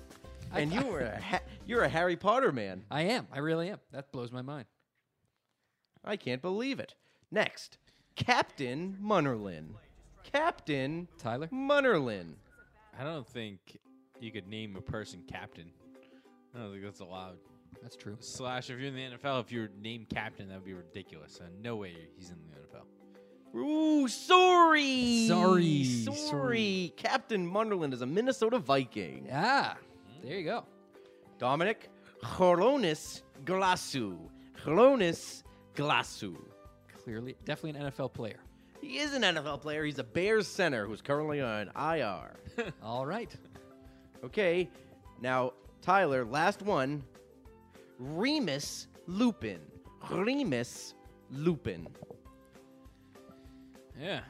S5: and you were a ha- you're a Harry Potter man.
S6: I am. I really am. That blows my mind.
S5: I can't believe it. Next, Captain Munnerlin. Captain
S6: Tyler.
S5: Munnerlin.
S7: I don't think you could name a person captain. I don't think that's allowed.
S6: That's true.
S7: Slash, if you're in the NFL, if you're named captain, that would be ridiculous. Uh, no way he's in the NFL.
S5: Ooh, sorry.
S6: Sorry,
S5: Sorry.
S6: sorry.
S5: Captain Munderland is a Minnesota Viking.
S6: Ah, there you go.
S5: Dominic Joronis Glasu. Joronis Glasu.
S6: Clearly, definitely an NFL player.
S5: He is an NFL player. He's a Bears center who's currently on IR.
S6: All right.
S5: Okay, now, Tyler, last one. Remus Lupin. Remus Lupin.
S7: Yeah.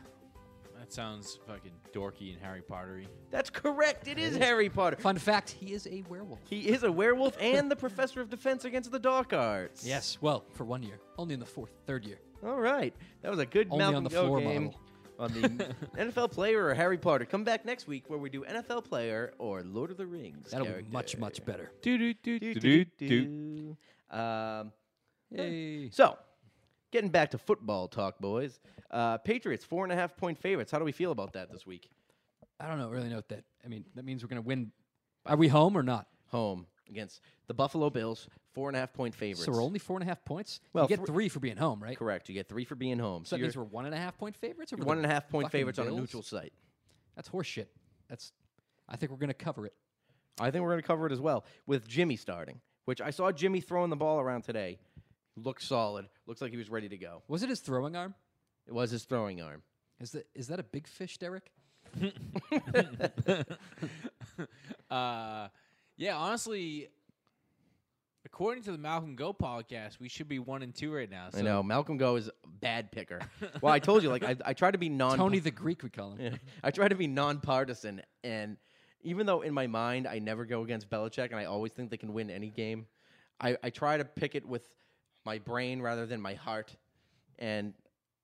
S7: That sounds fucking dorky and Harry Pottery.
S5: That's correct. It is Harry Potter.
S6: Fun fact: He is a werewolf.
S5: He is a werewolf and the professor of defense against the dark arts.
S6: Yes. Well, for one year, only in the fourth, third year.
S5: All right. That was a good
S6: Only on
S5: Malcolm
S6: the
S5: Go
S6: floor
S5: game.
S6: model.
S5: On the NFL player or Harry Potter. Come back next week where we do NFL player or Lord of the Rings.
S6: That'll
S5: character.
S6: be much, much better.
S7: Do do do
S5: Do,
S7: do
S5: do,
S7: do
S5: do. Um,
S6: Hey.
S5: so, getting back to football talk, boys. Uh, Patriots, four and a half point favorites. How do we feel about that this week?
S6: I don't know. Really know what that. I mean, that means we're gonna win. Are we home or not?
S5: Home. against the Buffalo Bills, four and a half point favorites.
S6: So we're only four and a half points.
S5: Well,
S6: you get
S5: three-
S6: three for being home, right?
S5: correct. You get three for being home.
S6: So that
S5: you're
S6: means we're one and a half point favorites. Over the
S5: one and a half point
S6: fucking
S5: favorites on a
S6: Bills?
S5: neutral site.
S6: That's horseshit. That's. I think we're gonna cover it.
S5: I think we're going to cover it as well with Jimmy starting, which I saw Jimmy throwing the ball around today. Looked solid. Looks like he was ready to go.
S6: Was it his throwing arm?
S5: It was his throwing arm.
S6: Is that is that a big fish, Derek?
S7: uh, yeah, honestly, according to the Malcolm Go podcast, we should be one and two right now. So
S5: I know Malcolm Go is a bad picker. well, I told you, like I, I try to be non.
S6: Tony the Greek, we call him.
S5: I try to be nonpartisan, and even though in my mind I never go against Belichick, and I always think they can win any game, I, I try to pick it with my brain rather than my heart, and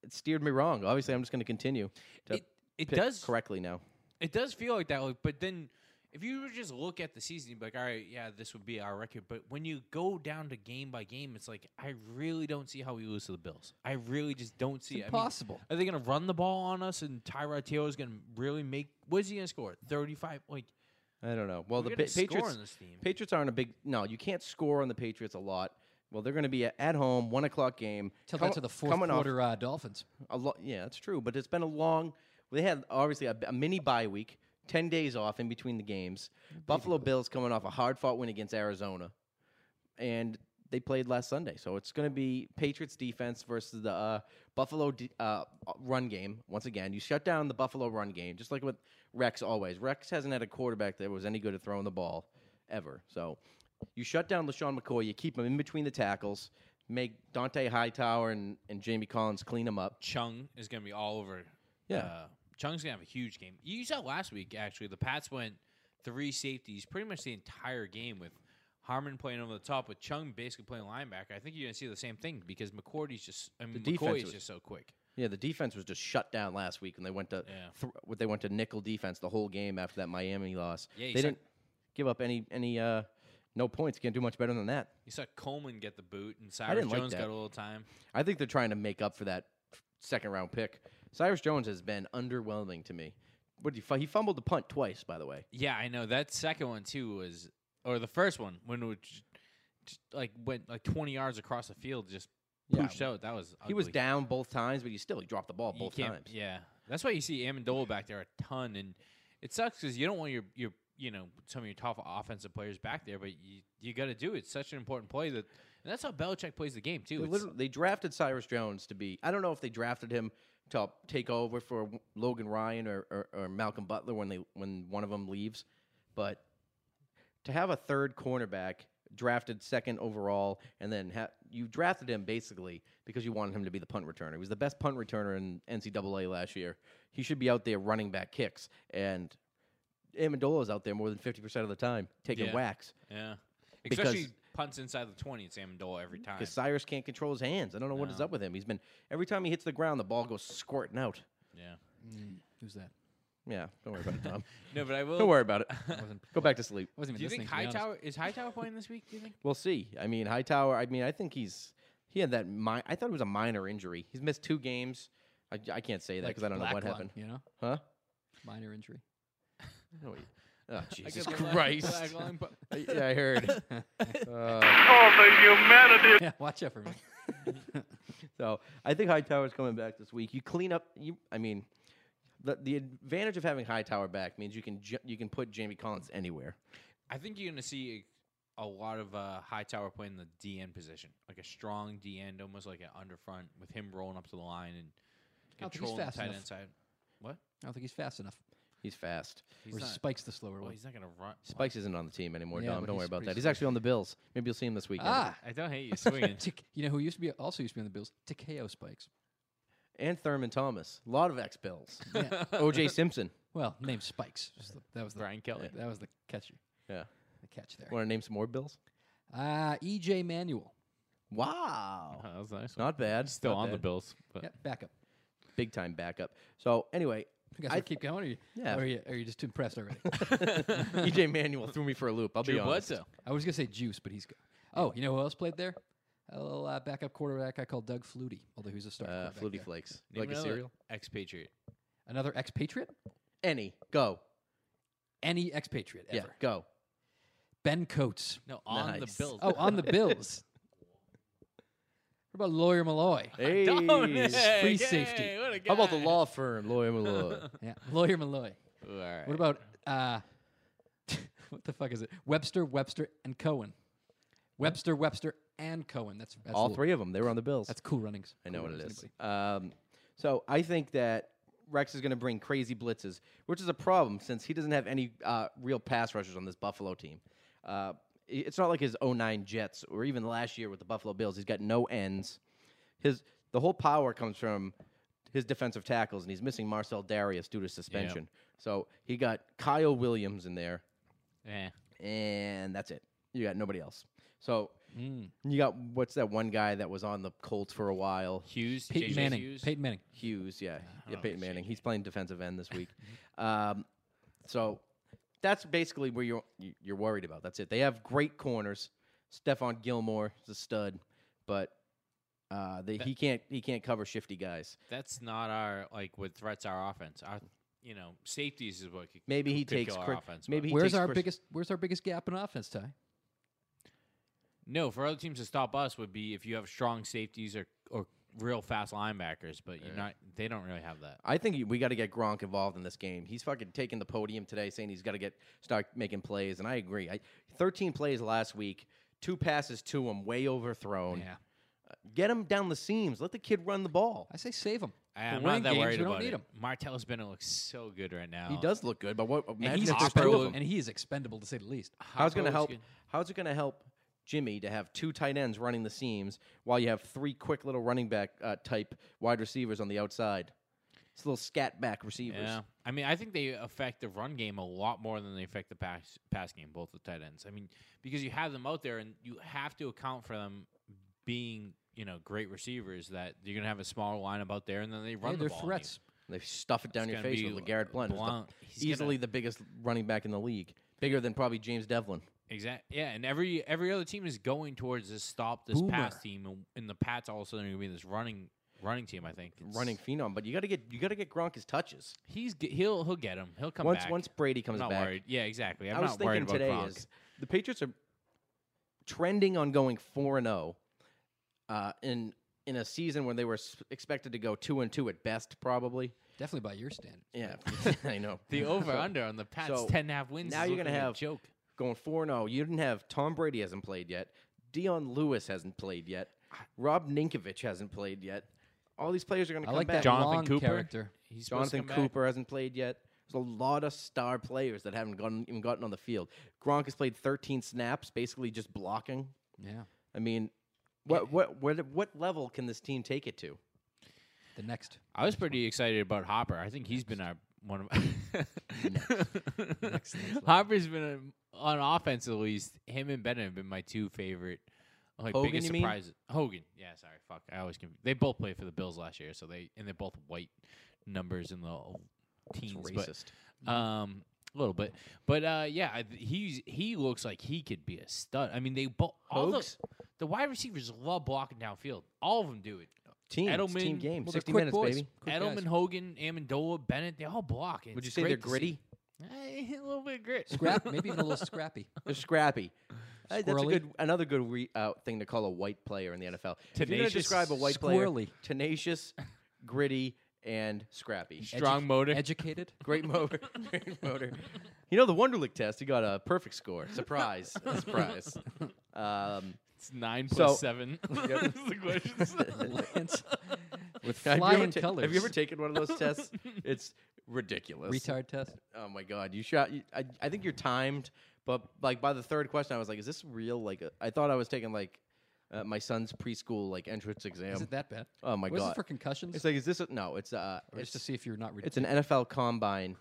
S5: it steered me wrong. Obviously, I'm just going to continue to
S7: It- it
S5: pick
S7: does-
S5: correctly now.
S7: It does feel like that, like, but then if you were to just look at the season, you'd be like, all right, yeah, this would be our record. But when you go down to game by game, it's like I really don't see how we lose to the Bills. I really just don't see
S6: It's
S7: it. I mean,
S6: impossible.
S7: are they going to run the ball on us? And Tyrod Taylor is going to really make? What is he going to score? Thirty-five? Like
S5: I don't know. Well, the
S7: We're gonna
S5: Pa-
S7: score
S5: Patriots
S7: on this team.
S5: Patriots aren't a big. No, you can't score on the Patriots a lot. Well, they're going to be a- at home, one o'clock game.
S6: Tell
S5: com-
S6: that to the fourth
S5: coming off-
S6: quarter uh, Dolphins.
S5: A lo- yeah, that's true. But it's been a long. They had obviously a, b- a mini bye week, ten days off in between the games. Buffalo Bills coming off a hard fought win against Arizona, and they played last Sunday. So it's going to be Patriots defense versus the uh, Buffalo d uh, run game once again. You shut down the Buffalo run game, just like with Rex always. Rex hasn't had a quarterback that was any good at throwing the ball ever. So you shut down LaShawn McCoy. You keep him in between the tackles. Make Dante Hightower and, and Jamie Collins clean him up.
S7: Chung is going to be all over.
S5: Yeah.
S7: uh, Chung's going to have a huge game. You saw last week actually. The Pats went three safeties pretty much the entire game with Harmon playing over the top, with Chung basically playing linebacker. I think you're going to see the same thing because McCourty's just I mean,
S5: defense
S7: McCoy is
S5: was-
S7: just so quick.
S5: Yeah, the defense was just shut down last week, and they went to
S7: Yeah.
S5: thr- what they went to nickel defense the whole game after that Miami loss.
S7: Yeah, you
S5: they
S7: saw-
S5: didn't give up any any uh, no points. Can't do much better than that.
S7: You saw Coleman get the boot, and Cyrus
S5: didn't like
S7: Jones
S5: that.
S7: got a little time.
S5: I think they're trying to make up for that second round pick. Cyrus Jones has been underwhelming to me. What did he, fu- he fumbled the punt twice, by the way.
S7: Yeah, I know that second one too was, or the first one when it was j- j- like went like 20 yards across the field, just
S5: Yeah.
S7: pushed out. That was
S5: He was
S7: ugly.
S5: down both times, but he still he dropped the ball
S7: You
S5: both
S7: can't-
S5: times.
S7: Yeah, that's why you see Amendola back there a ton, and it sucks because you don't want your your you know some of your top offensive players back there, but you you got to do it. It's such an important play that, and that's how Belichick plays the game too.
S5: They,
S7: It's-
S5: literally- they drafted Cyrus Jones to be. I don't know if they drafted him to take over for Logan Ryan or, or, or Malcolm Butler when they when one of them leaves, but to have a third cornerback drafted second overall, and then ha- you drafted him basically because you wanted him to be the punt returner. He was the best punt returner in NCAA last year. He should be out there running back kicks, and Amendola's out there more than fifty percent of the time taking
S7: Yeah.
S5: whacks.
S7: yeah,
S5: Because-
S7: especially punts inside the twenty. It's Amendola every time.
S5: Because Cyrus can't control his hands. I don't know what is
S7: No.
S5: up with him. He's been every time he hits the ground, the ball goes squirting out.
S7: Yeah,
S6: Who's that?
S5: Yeah, don't worry about it, Tom.
S7: no, but I will.
S5: don't worry about it.
S6: wasn't-
S5: Go back to sleep.
S6: Wasn't even
S7: Do you
S6: listening.
S7: think
S6: to be honest.
S7: Hightower is Hightower playing this week? Do you think?
S5: We'll see. I mean, Hightower. I mean, I think he's he had that. Mi- I thought it was a minor injury. He's missed two games. I, I can't say that
S6: Like
S5: because I don't know
S6: black
S5: what
S6: lung,
S5: happened.
S6: You know,
S5: Huh?
S6: minor injury.
S5: No, wait. Oh, Jesus
S7: Like a black-
S5: Christ!
S7: black line, but-
S5: I- yeah, I heard.
S6: yeah, watch out for me.
S5: So I think Hightower's coming back this week. You clean up. You, I mean, the the advantage of having Hightower back means you can ju- you can put Jamie Collins anywhere.
S7: I think you're going to see a lot of uh, Hightower playing the DN position, like a strong DN, almost like an underfront, with him rolling up to the line and
S5: Oh,
S6: don't think he's
S7: controlling the
S6: fast
S7: tight
S6: enough.
S7: end side. What?
S6: I don't think he's fast enough.
S5: He's fast.
S7: He's
S6: Or
S7: not,
S6: Spike's the slower
S7: well,
S6: one.
S7: he's not going to run.
S5: Spikes isn't on the team anymore,
S6: Yeah,
S5: Dom.
S6: but
S5: Don't worry
S6: he's
S5: about
S6: pretty
S5: that. He's
S6: sweet.
S5: actually on the Bills. Maybe you'll see him this weekend.
S6: Ah,
S7: I don't hate you swinging.
S6: Tek- you know who used to be also used to be on the Bills? Takeo Spikes.
S5: And Thurman Thomas. A lot of ex Bills.
S6: Yeah.
S5: OJ Simpson.
S6: well, named Spikes. was the- that was the
S7: Brian Kelly.
S6: That was the catcher.
S5: Yeah.
S6: The catch there.
S5: Want to name some more Bills?
S6: Uh, E.J. Manuel.
S5: Wow.
S7: that was Oh, nice.
S5: Not bad.
S7: Still
S5: Not
S7: on the
S5: bad.
S7: Bills. But.
S6: Yeah, backup.
S5: Big time backup. So, anyway,
S6: You guys
S5: I-
S6: wanna keep going, or you,
S5: Yeah.
S6: or are you, are you just too impressed already?
S5: EJ E Manuel threw me for a loop. I'll be
S7: Drew
S5: honest.
S7: Bledsoe.
S6: I was gonna say Juice, but he's. Go- oh, you know who else played there? A little uh, backup quarterback I called Doug Flutie, although he's a star.
S5: Uh,
S6: quarterback
S5: Flutie
S6: there.
S5: Flakes.
S7: Name
S5: like a
S7: another
S5: cereal?
S7: Expatriate.
S6: Another expatriate?
S5: Any. Go.
S6: Any expatriate
S5: Yeah,
S6: ever?
S5: go.
S6: Ben Coates.
S7: No, on
S5: Nice.
S7: the Bills.
S6: Oh, on the Bills. What about Lawyer Malloy?
S5: Hey,
S7: Dominic,
S6: free
S7: yay,
S6: safety.
S7: what a
S5: how about the
S7: guy.
S5: law firm, Lawyer Malloy?
S6: Yeah, Lawyer Malloy.
S7: All right.
S6: What about uh, what the fuck is it? Webster, Webster, and Cohen. Webster, Webster, and Cohen. That's, that's
S5: All
S6: cool.
S5: three of them. They were on the Bills.
S6: That's cool runnings.
S5: I
S6: Cool
S5: know what it
S6: runnings,
S5: is.
S6: anybody.
S5: Um, so I think that Rex is going to bring crazy blitzes, which is a problem since he doesn't have any uh, real pass rushers on this Buffalo team. Uh, i- it's not like his 09 Jets or even last year with the Buffalo Bills. He's got no ends. His the whole power comes from his defensive tackles, and he's missing Marcel Darius due to suspension. So he got Kyle Williams in there,
S7: Eh.
S5: and that's it. You got nobody else. So
S6: Hmm.
S5: you got what's that one guy that was on the Colts for a while?
S7: Hughes,
S6: Peyton
S7: JJ
S6: Manning.
S7: Hughes.
S6: Peyton Manning.
S5: Hughes, yeah, yeah, Peyton Manning. He's playing defensive end this week. um, so that's basically where you're you- you're worried about. That's it. They have great corners. Stephon Gilmore is a stud, but uh, they, he can't he can't cover shifty guys.
S7: That's not our like what threats our offense. Our you know safeties is what could,
S5: Maybe he
S7: could
S5: takes
S7: kill our
S5: Chris-
S7: offense.
S5: maybe
S7: but-
S5: He
S6: Where's
S5: takes
S6: our
S5: Chris-
S6: biggest? Where's our biggest gap in offense, Ty?
S7: no for other teams to stop us would be if you have strong safeties or or real fast linebackers, but you're not. They don't really have that.
S5: I think we got to get Gronk involved in this game. He's fucking taking the podium today, saying he's got to get start making plays, and I agree. I, Thirteen plays last week, two passes to him, way overthrown. Uh,
S6: Yeah.
S5: Get him down the seams. Let the kid run the ball.
S6: I say save him.
S7: I,
S6: For
S7: I'm
S6: winning
S7: not that
S6: games,
S7: worried
S6: we
S7: about
S6: don't need
S7: it.
S6: him.
S7: Martellus Bennett looks so good right now.
S5: He does look good, but what?
S6: And
S5: imagine
S6: he's
S5: if there's two of
S6: expendable.
S5: them.
S7: him.
S6: And he is expendable to say the least.
S5: How's it going to
S7: Harpo
S5: help?
S7: looks
S5: How's it going to help Jimmy to have two tight ends running the seams while you have three quick little running back uh, type wide receivers on the outside? It's little scat back
S7: good.
S5: receivers.
S7: Yeah, I mean, I think they affect the run game a lot more than they affect the pass pass game. Both the tight ends. I mean, because you have them out there and you have to account for them being you know great receivers that you're gonna have a smaller lineup out there and then they run
S6: Hey,
S7: the
S6: they're
S7: ball on you.
S6: threats.
S5: They stuff it down
S7: It's
S5: your
S7: gonna
S5: face
S7: be
S5: with LeGarrette Blunt, who's the-
S7: Blount. He's
S5: easily
S7: gonna-
S5: the biggest running back in the league, bigger than probably James Devlin.
S7: Exactly. Yeah, and every every other team is going towards this stop this pass
S6: Boomer.
S7: team, and, and the Pats all of a sudden are going to be this running running team. I think It's-
S5: Running phenom, but you got to get you got to get Gronk his touches.
S7: He's g- he'll he'll get him. He'll come
S5: once
S7: back.
S5: once Brady comes
S7: I'm not
S5: back,
S7: worried. Yeah, exactly. I'm
S5: I was
S7: not worried
S5: thinking
S7: about
S5: today
S7: Gronk.
S5: is the Patriots are trending on going four and zero in in a season when they were s- expected to go two and two at best, probably.
S6: Definitely by your standard.
S5: Yeah, I know.
S7: the over under on the Pats
S5: so
S7: ten and a half wins.
S5: now
S7: is
S5: you're gonna
S7: looking like a
S5: have-
S7: joke.
S5: Going four and zero, you didn't have Tom Brady hasn't played yet. Dion Lewis hasn't played yet. Rob Ninkovich hasn't played yet. All these players are going to
S6: I
S5: come
S6: like
S5: back.
S6: that
S7: Jonathan
S6: long
S7: Cooper?
S6: character.
S7: He's supposed to
S5: Jonathan
S7: come back.
S5: Cooper hasn't played yet. There's a lot of star players that haven't gotten, even gotten on the field. Gronk has played 13 snaps, basically just blocking.
S6: Yeah,
S5: I mean, what what what what level can this team take it to?
S6: the next.
S7: I was pretty excited about Hopper. I think he's been our one of Hopper's been a, on offense at least. Him and Bennett have been my two favorite. Like
S5: Hogan,
S7: biggest
S5: you mean?
S7: surprises. Hogan, yeah, sorry, fuck. I always can. They both played for the Bills last year, so they and they're both white numbers in the o- teens. but, um, a little bit, but uh, yeah, I- he's he looks like he could be a stud. I mean, they both all the,
S5: Hogs?
S7: the wide receivers love blocking downfield. All of them do it.
S5: Team,
S7: Edelman-
S5: team game,
S6: Well, they're
S5: 60
S6: quick
S5: minutes,
S6: boys.
S5: baby.
S6: Quick
S7: Edelman,
S6: guys.
S7: Hogan, Amendola, Bennett, they all block. and
S5: Would you
S7: it's
S5: say they're
S7: great to see.
S5: gritty?
S7: Eh, a little bit of grit.
S6: Scrap, maybe even a little scrappy.
S5: They're scrappy. Hey, that's a
S6: Squirrely.
S5: good another good re- uh, thing to call a white player in the NFL. If you're going to
S7: Tenacious,
S5: describe a white player,
S6: squirrely.
S5: tenacious, gritty, and scrappy.
S7: Strong motor.
S6: Educated.
S5: Great motor. Great motor. You know the Wonderlic test. He got a perfect score. Surprise! Surprise. Um,
S7: It's nine
S5: So-
S7: plus seven.
S5: Yep.
S7: That's the questions.
S6: Lance. With
S5: have you ever
S6: flying
S5: ta-
S6: colors.
S5: Have you ever taken one of those tests? It's ridiculous.
S6: retard test?
S5: Oh my god, you shot! You, I, I think you're timed, but like by the third question, I was like, "Is this real?" Like, uh, I thought I was taking like uh, my son's preschool like entrance exam.
S6: Is it that bad?
S5: Oh my
S6: Was
S5: god!
S6: it for concussions?
S5: It's like, is this? A, no, it's uh,
S6: or just
S5: it's,
S6: to see if you're not
S5: it's
S6: ridiculous.
S5: an NFL combine.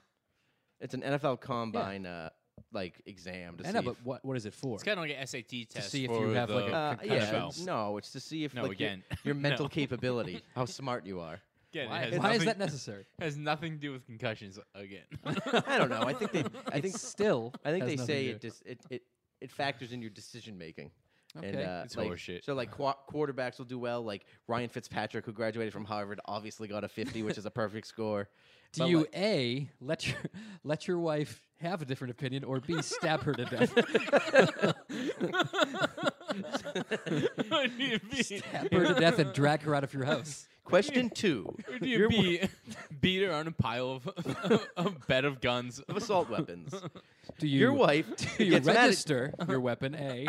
S5: It's an NFL combine uh, like exam to
S6: I
S5: see.
S6: know, but
S5: if-
S6: what what is it for?
S7: It's kind of like an SAT test
S6: see if
S7: for
S6: you have,
S7: the
S6: like, a
S5: uh,
S6: concussion.
S5: yeah,
S7: NFL.
S5: no, it's to see if
S7: No,
S5: like your-
S7: again.
S5: your,
S7: No.
S5: mental capability, how smart you are.
S7: Again, it
S6: Why,
S7: has
S6: why is
S7: nothing-
S6: that necessary?
S7: Has nothing to do with concussions again.
S5: I don't know. I think they. I think
S6: Still,
S5: I think
S6: has
S5: they
S6: nothing
S5: say
S6: to
S5: it,
S6: do-
S5: dis- it it it factors in your decision making. And,
S6: Okay.
S5: uh,
S7: It's
S5: like,
S7: horseshit.
S5: So like qua- quarterbacks will do well. Like Ryan Fitzpatrick, who graduated from Harvard, obviously got a fifty, which is a perfect score.
S6: Do you a let your let your wife have a different opinion, or b stab her to death? stab her to death and drag her out of your house.
S5: Question two.
S7: Or do you beat, beat her on a pile of a bed of guns?
S5: Of assault weapons.
S6: Do you
S5: Your wife
S6: do you
S5: gets mad at-
S6: register your weapon A,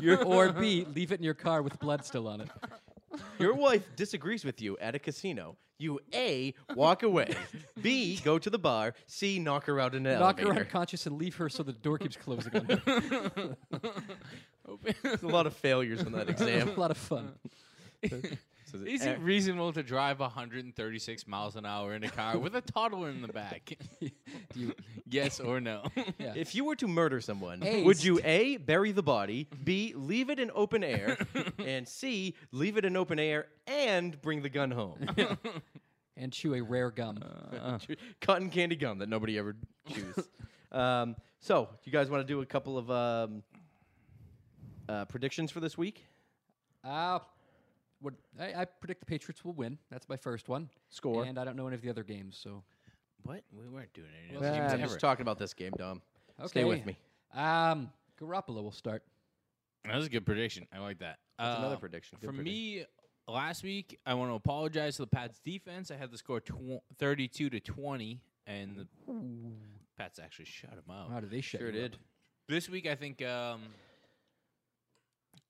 S6: your, or B leave it in your car with blood still on it?
S5: Your wife disagrees with you at a casino. You A, walk away. B, go to the bar. C, knock her out in an
S6: Knock her
S5: elevator.
S6: unconscious and leave her so the door keeps closing on her.
S5: There's a lot of failures on that
S6: a
S5: exam.
S6: lot of fun.
S5: So the-
S7: Is it reasonable to drive 136 miles an hour in a car with a toddler in the back? yes or no?
S6: Yeah.
S5: If you were to murder someone,
S6: A,
S5: would you A, bury the body, B, leave it in open air, and C, leave it in open air and bring the gun home?
S6: and chew a rare gum.
S5: Uh. Cotton candy gum that nobody ever chews. um, so, you guys want to do a couple of um, uh, predictions for this week?
S6: Uh, would, I, I predict the Patriots will win. That's my first one.
S5: Score.
S6: And I don't know any of the other games, so
S7: what? We weren't doing any
S5: Uh, I'm just talking about this game, Dom. Stay with me.
S6: Um, Garoppolo will start.
S7: That was a good prediction. I like that. That's
S5: another prediction. Good
S7: for
S5: prediction.
S7: me, last week I want to apologize to the Pats defense. I had the score tw- 32 to 20, and the Pats actually shut them out.
S6: How did they shut? you up?
S7: This week, I think. Um,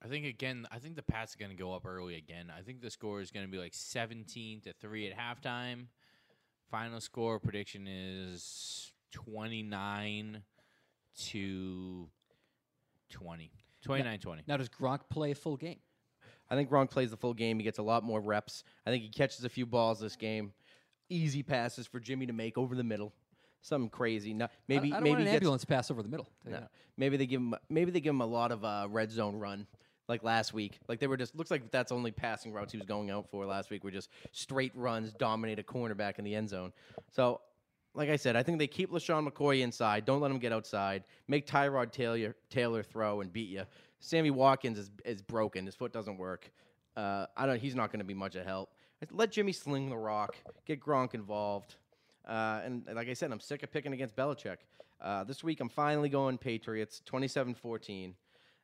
S7: I think again. I think the Pats are going to go up early again. I think the score is going to be like seventeen to three at halftime. Final score prediction is twenty nine to 20. 29-20.
S6: Now does Gronk play a full game?
S5: I think Gronk plays the full game. He gets a lot more reps. I think he catches a few balls this game. Easy passes for Jimmy to make over the middle. Something crazy. Not,
S6: I-
S5: maybe
S6: I, don't
S5: maybe
S6: want
S5: he
S6: an
S5: gets-
S6: ambulance pass over the middle. Tell you
S5: No.
S6: that.
S5: Maybe they give him maybe they give him a lot of uh, red zone run like last week. Like they were just looks like that's only passing routes he was going out for last week were just straight runs dominate a cornerback in the end zone. So like I said, I think they keep LaShawn McCoy inside. Don't let him get outside. Make Tyrod Taylor Taylor throw and beat you. Sammy Watkins is, is broken. His foot doesn't work. Uh, I don't. He's not going to be much of help. Let Jimmy sling the rock. Get Gronk involved. Uh, and like I said, I'm sick of picking against Belichick. Uh, this week, I'm finally going Patriots, 27-14.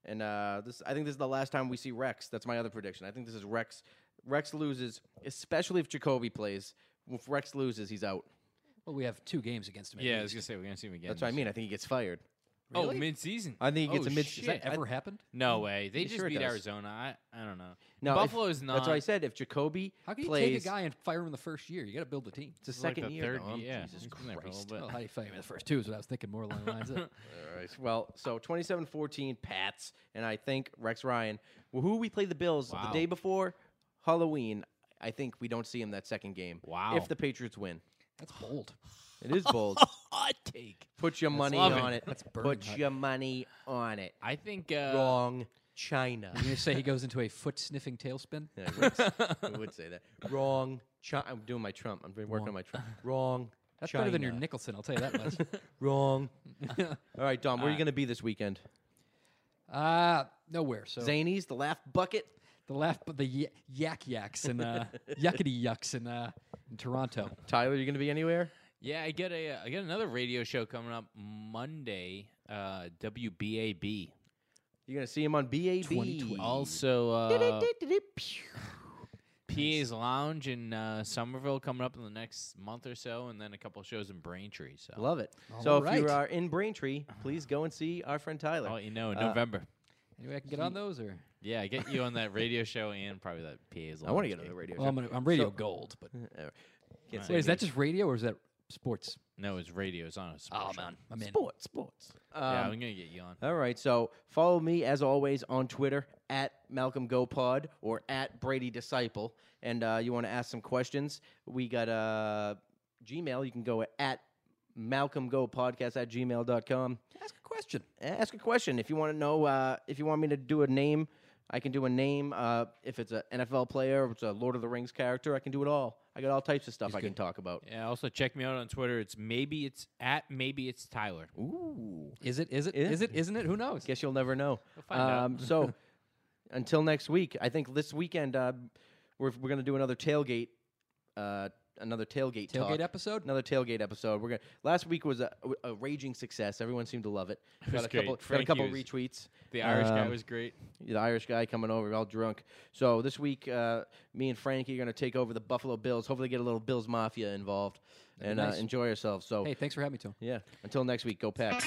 S5: And uh, this, I think this is the last time we see Rex. That's my other prediction. I think this is Rex. Rex loses, especially if Jacoby plays. If Rex loses, he's out.
S6: Well, we have two games against him. at
S7: Yeah, I was
S6: least.
S7: gonna say we're gonna see him again.
S5: That's what I mean. I think he gets fired.
S7: Oh, mid season.
S5: I think he gets a mid-
S6: Oh, Has that
S5: I-
S6: ever happened?
S7: No way. They just
S5: sure it
S7: beat
S5: does.
S7: Arizona. I, I don't know.
S5: No, if-
S7: Buffalo's not.
S5: That's what I said. If Jacoby
S6: How can you
S5: plays,
S6: take a guy and fire him in the first year? You got to build a team.
S5: it's the
S7: like
S5: second
S7: the
S5: year.
S7: third
S5: Dom.
S7: year, yeah.
S5: Jesus
S7: He's been there for a
S5: Christ.
S6: Well,
S7: little bit.
S6: how do you fire him in the first two? Is what I was thinking. More along the lines of
S5: All right. Well, so 27-14 Pats, and I think Rex Ryan, who we play the Bills the
S7: Wow.
S5: day before Halloween. I think we don't see him that second game.
S7: Wow.
S5: If the Patriots win,
S6: that's bold.
S5: it is bold.
S7: Hot take.
S5: Put your money
S7: loving.
S5: on it.
S6: That's burning
S5: Put
S6: hot.
S5: your money on it.
S7: I think. Uh,
S5: Wrong, China.
S6: You gonna say he goes into a foot sniffing tailspin?
S5: Yeah, I, would, s- I would say that. Wrong, China. I'm doing my Trump. I'm working on my Trump. Wrong.
S6: That's better than your
S5: China.
S6: Nicholson. I'll tell you that much.
S5: Wrong. All right, Dom. Where are you going to be this weekend?
S6: uh nowhere. So
S5: Zanies, the Laugh Bucket.
S6: the left, but the y- yak yaks and uh, yuckity yucks in, uh, in Toronto.
S5: Tyler, you going to be anywhere?
S7: yeah, I get a. uh, I get another radio show coming up Monday. Uh, WBAB.
S5: You're going to see him on BAB.
S6: 2020.
S7: Also, uh, PA's Lounge in uh, Somerville coming up in the next month or so, and then a couple shows in Braintree. So
S5: Love it. so if you
S6: right.
S5: are in Braintree, please go and see our friend Tyler.
S7: I'll let you know in
S5: Uh,
S7: November.
S6: Anyway, I can get on those or
S7: Yeah, I get you on that radio show and probably that PA's Lounge.
S5: I want to get on
S7: gig.
S5: the radio.
S6: well, I'm,
S5: show.
S6: gonna, I'm radio
S5: So-
S6: gold. But
S5: Uh, can't say
S6: wait, is that
S5: me.
S6: just radio or is that sports?
S7: No, it's radio. It's on a sports show.
S6: I'm in.
S5: sports? Sports.
S7: Yeah,
S5: Oh, Um,
S7: I'm gonna get you on.
S5: All right. So follow me as always on Twitter at Malcolm GoPod or at Brady Disciple. And uh, you want to ask some questions? We got uh, Gmail. You can go at Malcolm Podcast at gmail.com.
S6: Ask a question.
S5: ask a question if you want to know uh, if you want me to do a name i can do a name uh, if it's an nfl player if it's a lord of the rings character i can do it all i got all types of stuff i can talk about
S7: Yeah, also check me out on Twitter. It's maybe it's at maybe it's Tyler.
S5: ooh
S6: Is it? Is it?
S5: Is
S6: Is it? Isn't it? Who knows?
S5: guess you'll never know Um,
S7: find out.
S5: so until next week i think this weekend uh, we're, we're going to do another tailgate uh, another tailgate
S6: Tailgate
S5: talk.
S6: episode?
S5: Another tailgate episode. We're gonna. Last week was a, a raging success. Everyone seemed to love it.
S13: It
S5: Got
S13: was
S5: a couple.
S13: great.
S5: Got a
S13: Frank
S5: couple
S13: Hughes.
S5: retweets.
S13: The Irish guy
S5: Um,
S13: was great.
S5: the Irish guy coming over, all drunk. So this week, uh, me and Frankie are going to take over the Buffalo Bills. Hopefully, get a little Bills Mafia involved and
S6: nice.
S5: uh, enjoy ourselves. So
S6: Hey, thanks for having me, Tom.
S5: yeah, until next week, go pack.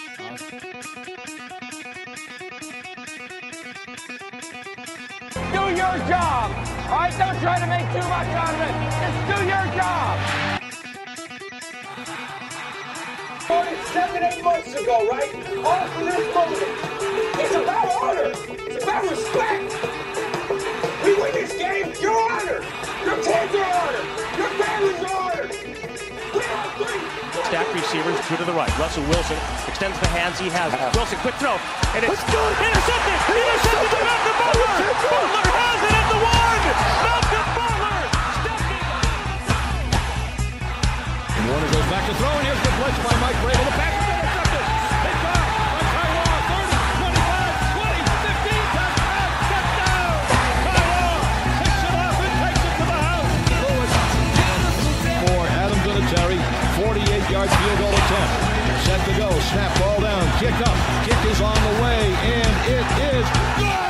S14: Do your job. All right, don't try to make too much out of it. Just do your job. Voted seven, eight months ago, right? All for this moment. It's about honor. It's about respect. We win this game. Your honor. Your kids are honored. Your family's honored. We are three.
S4: Stack receivers, two to the right. Russell Wilson extends the hands. He has it. Wilson, quick throw. And it's intercepted. Intercepted by Malcolm Butler. Butler has it at the one. Malcolm Butler.
S7: Warner goes back to throw, and here's the blitz by Mike Vrabel. The pass is intercepted. It's back by Kyle 30, 25, 20, 15, touchdown, touchdown. Kyle picks it up and takes it to the house. Lewis for Adam Vinatieri, 48-yard field goal attempt. Set to go, snap ball down, kick up, kick is on the way, and it is good.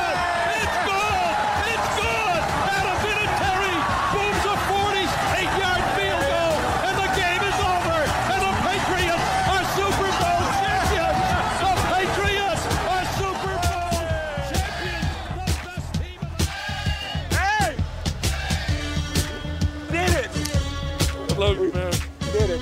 S7: It's good. It's good. Adam Vinatieri booms a 48-yard field goal, and the game is over. And the Patriots are Super Bowl champions. The Patriots are Super Bowl champions. The best team in the Hey! Did it.
S15: Love you, man. You did it,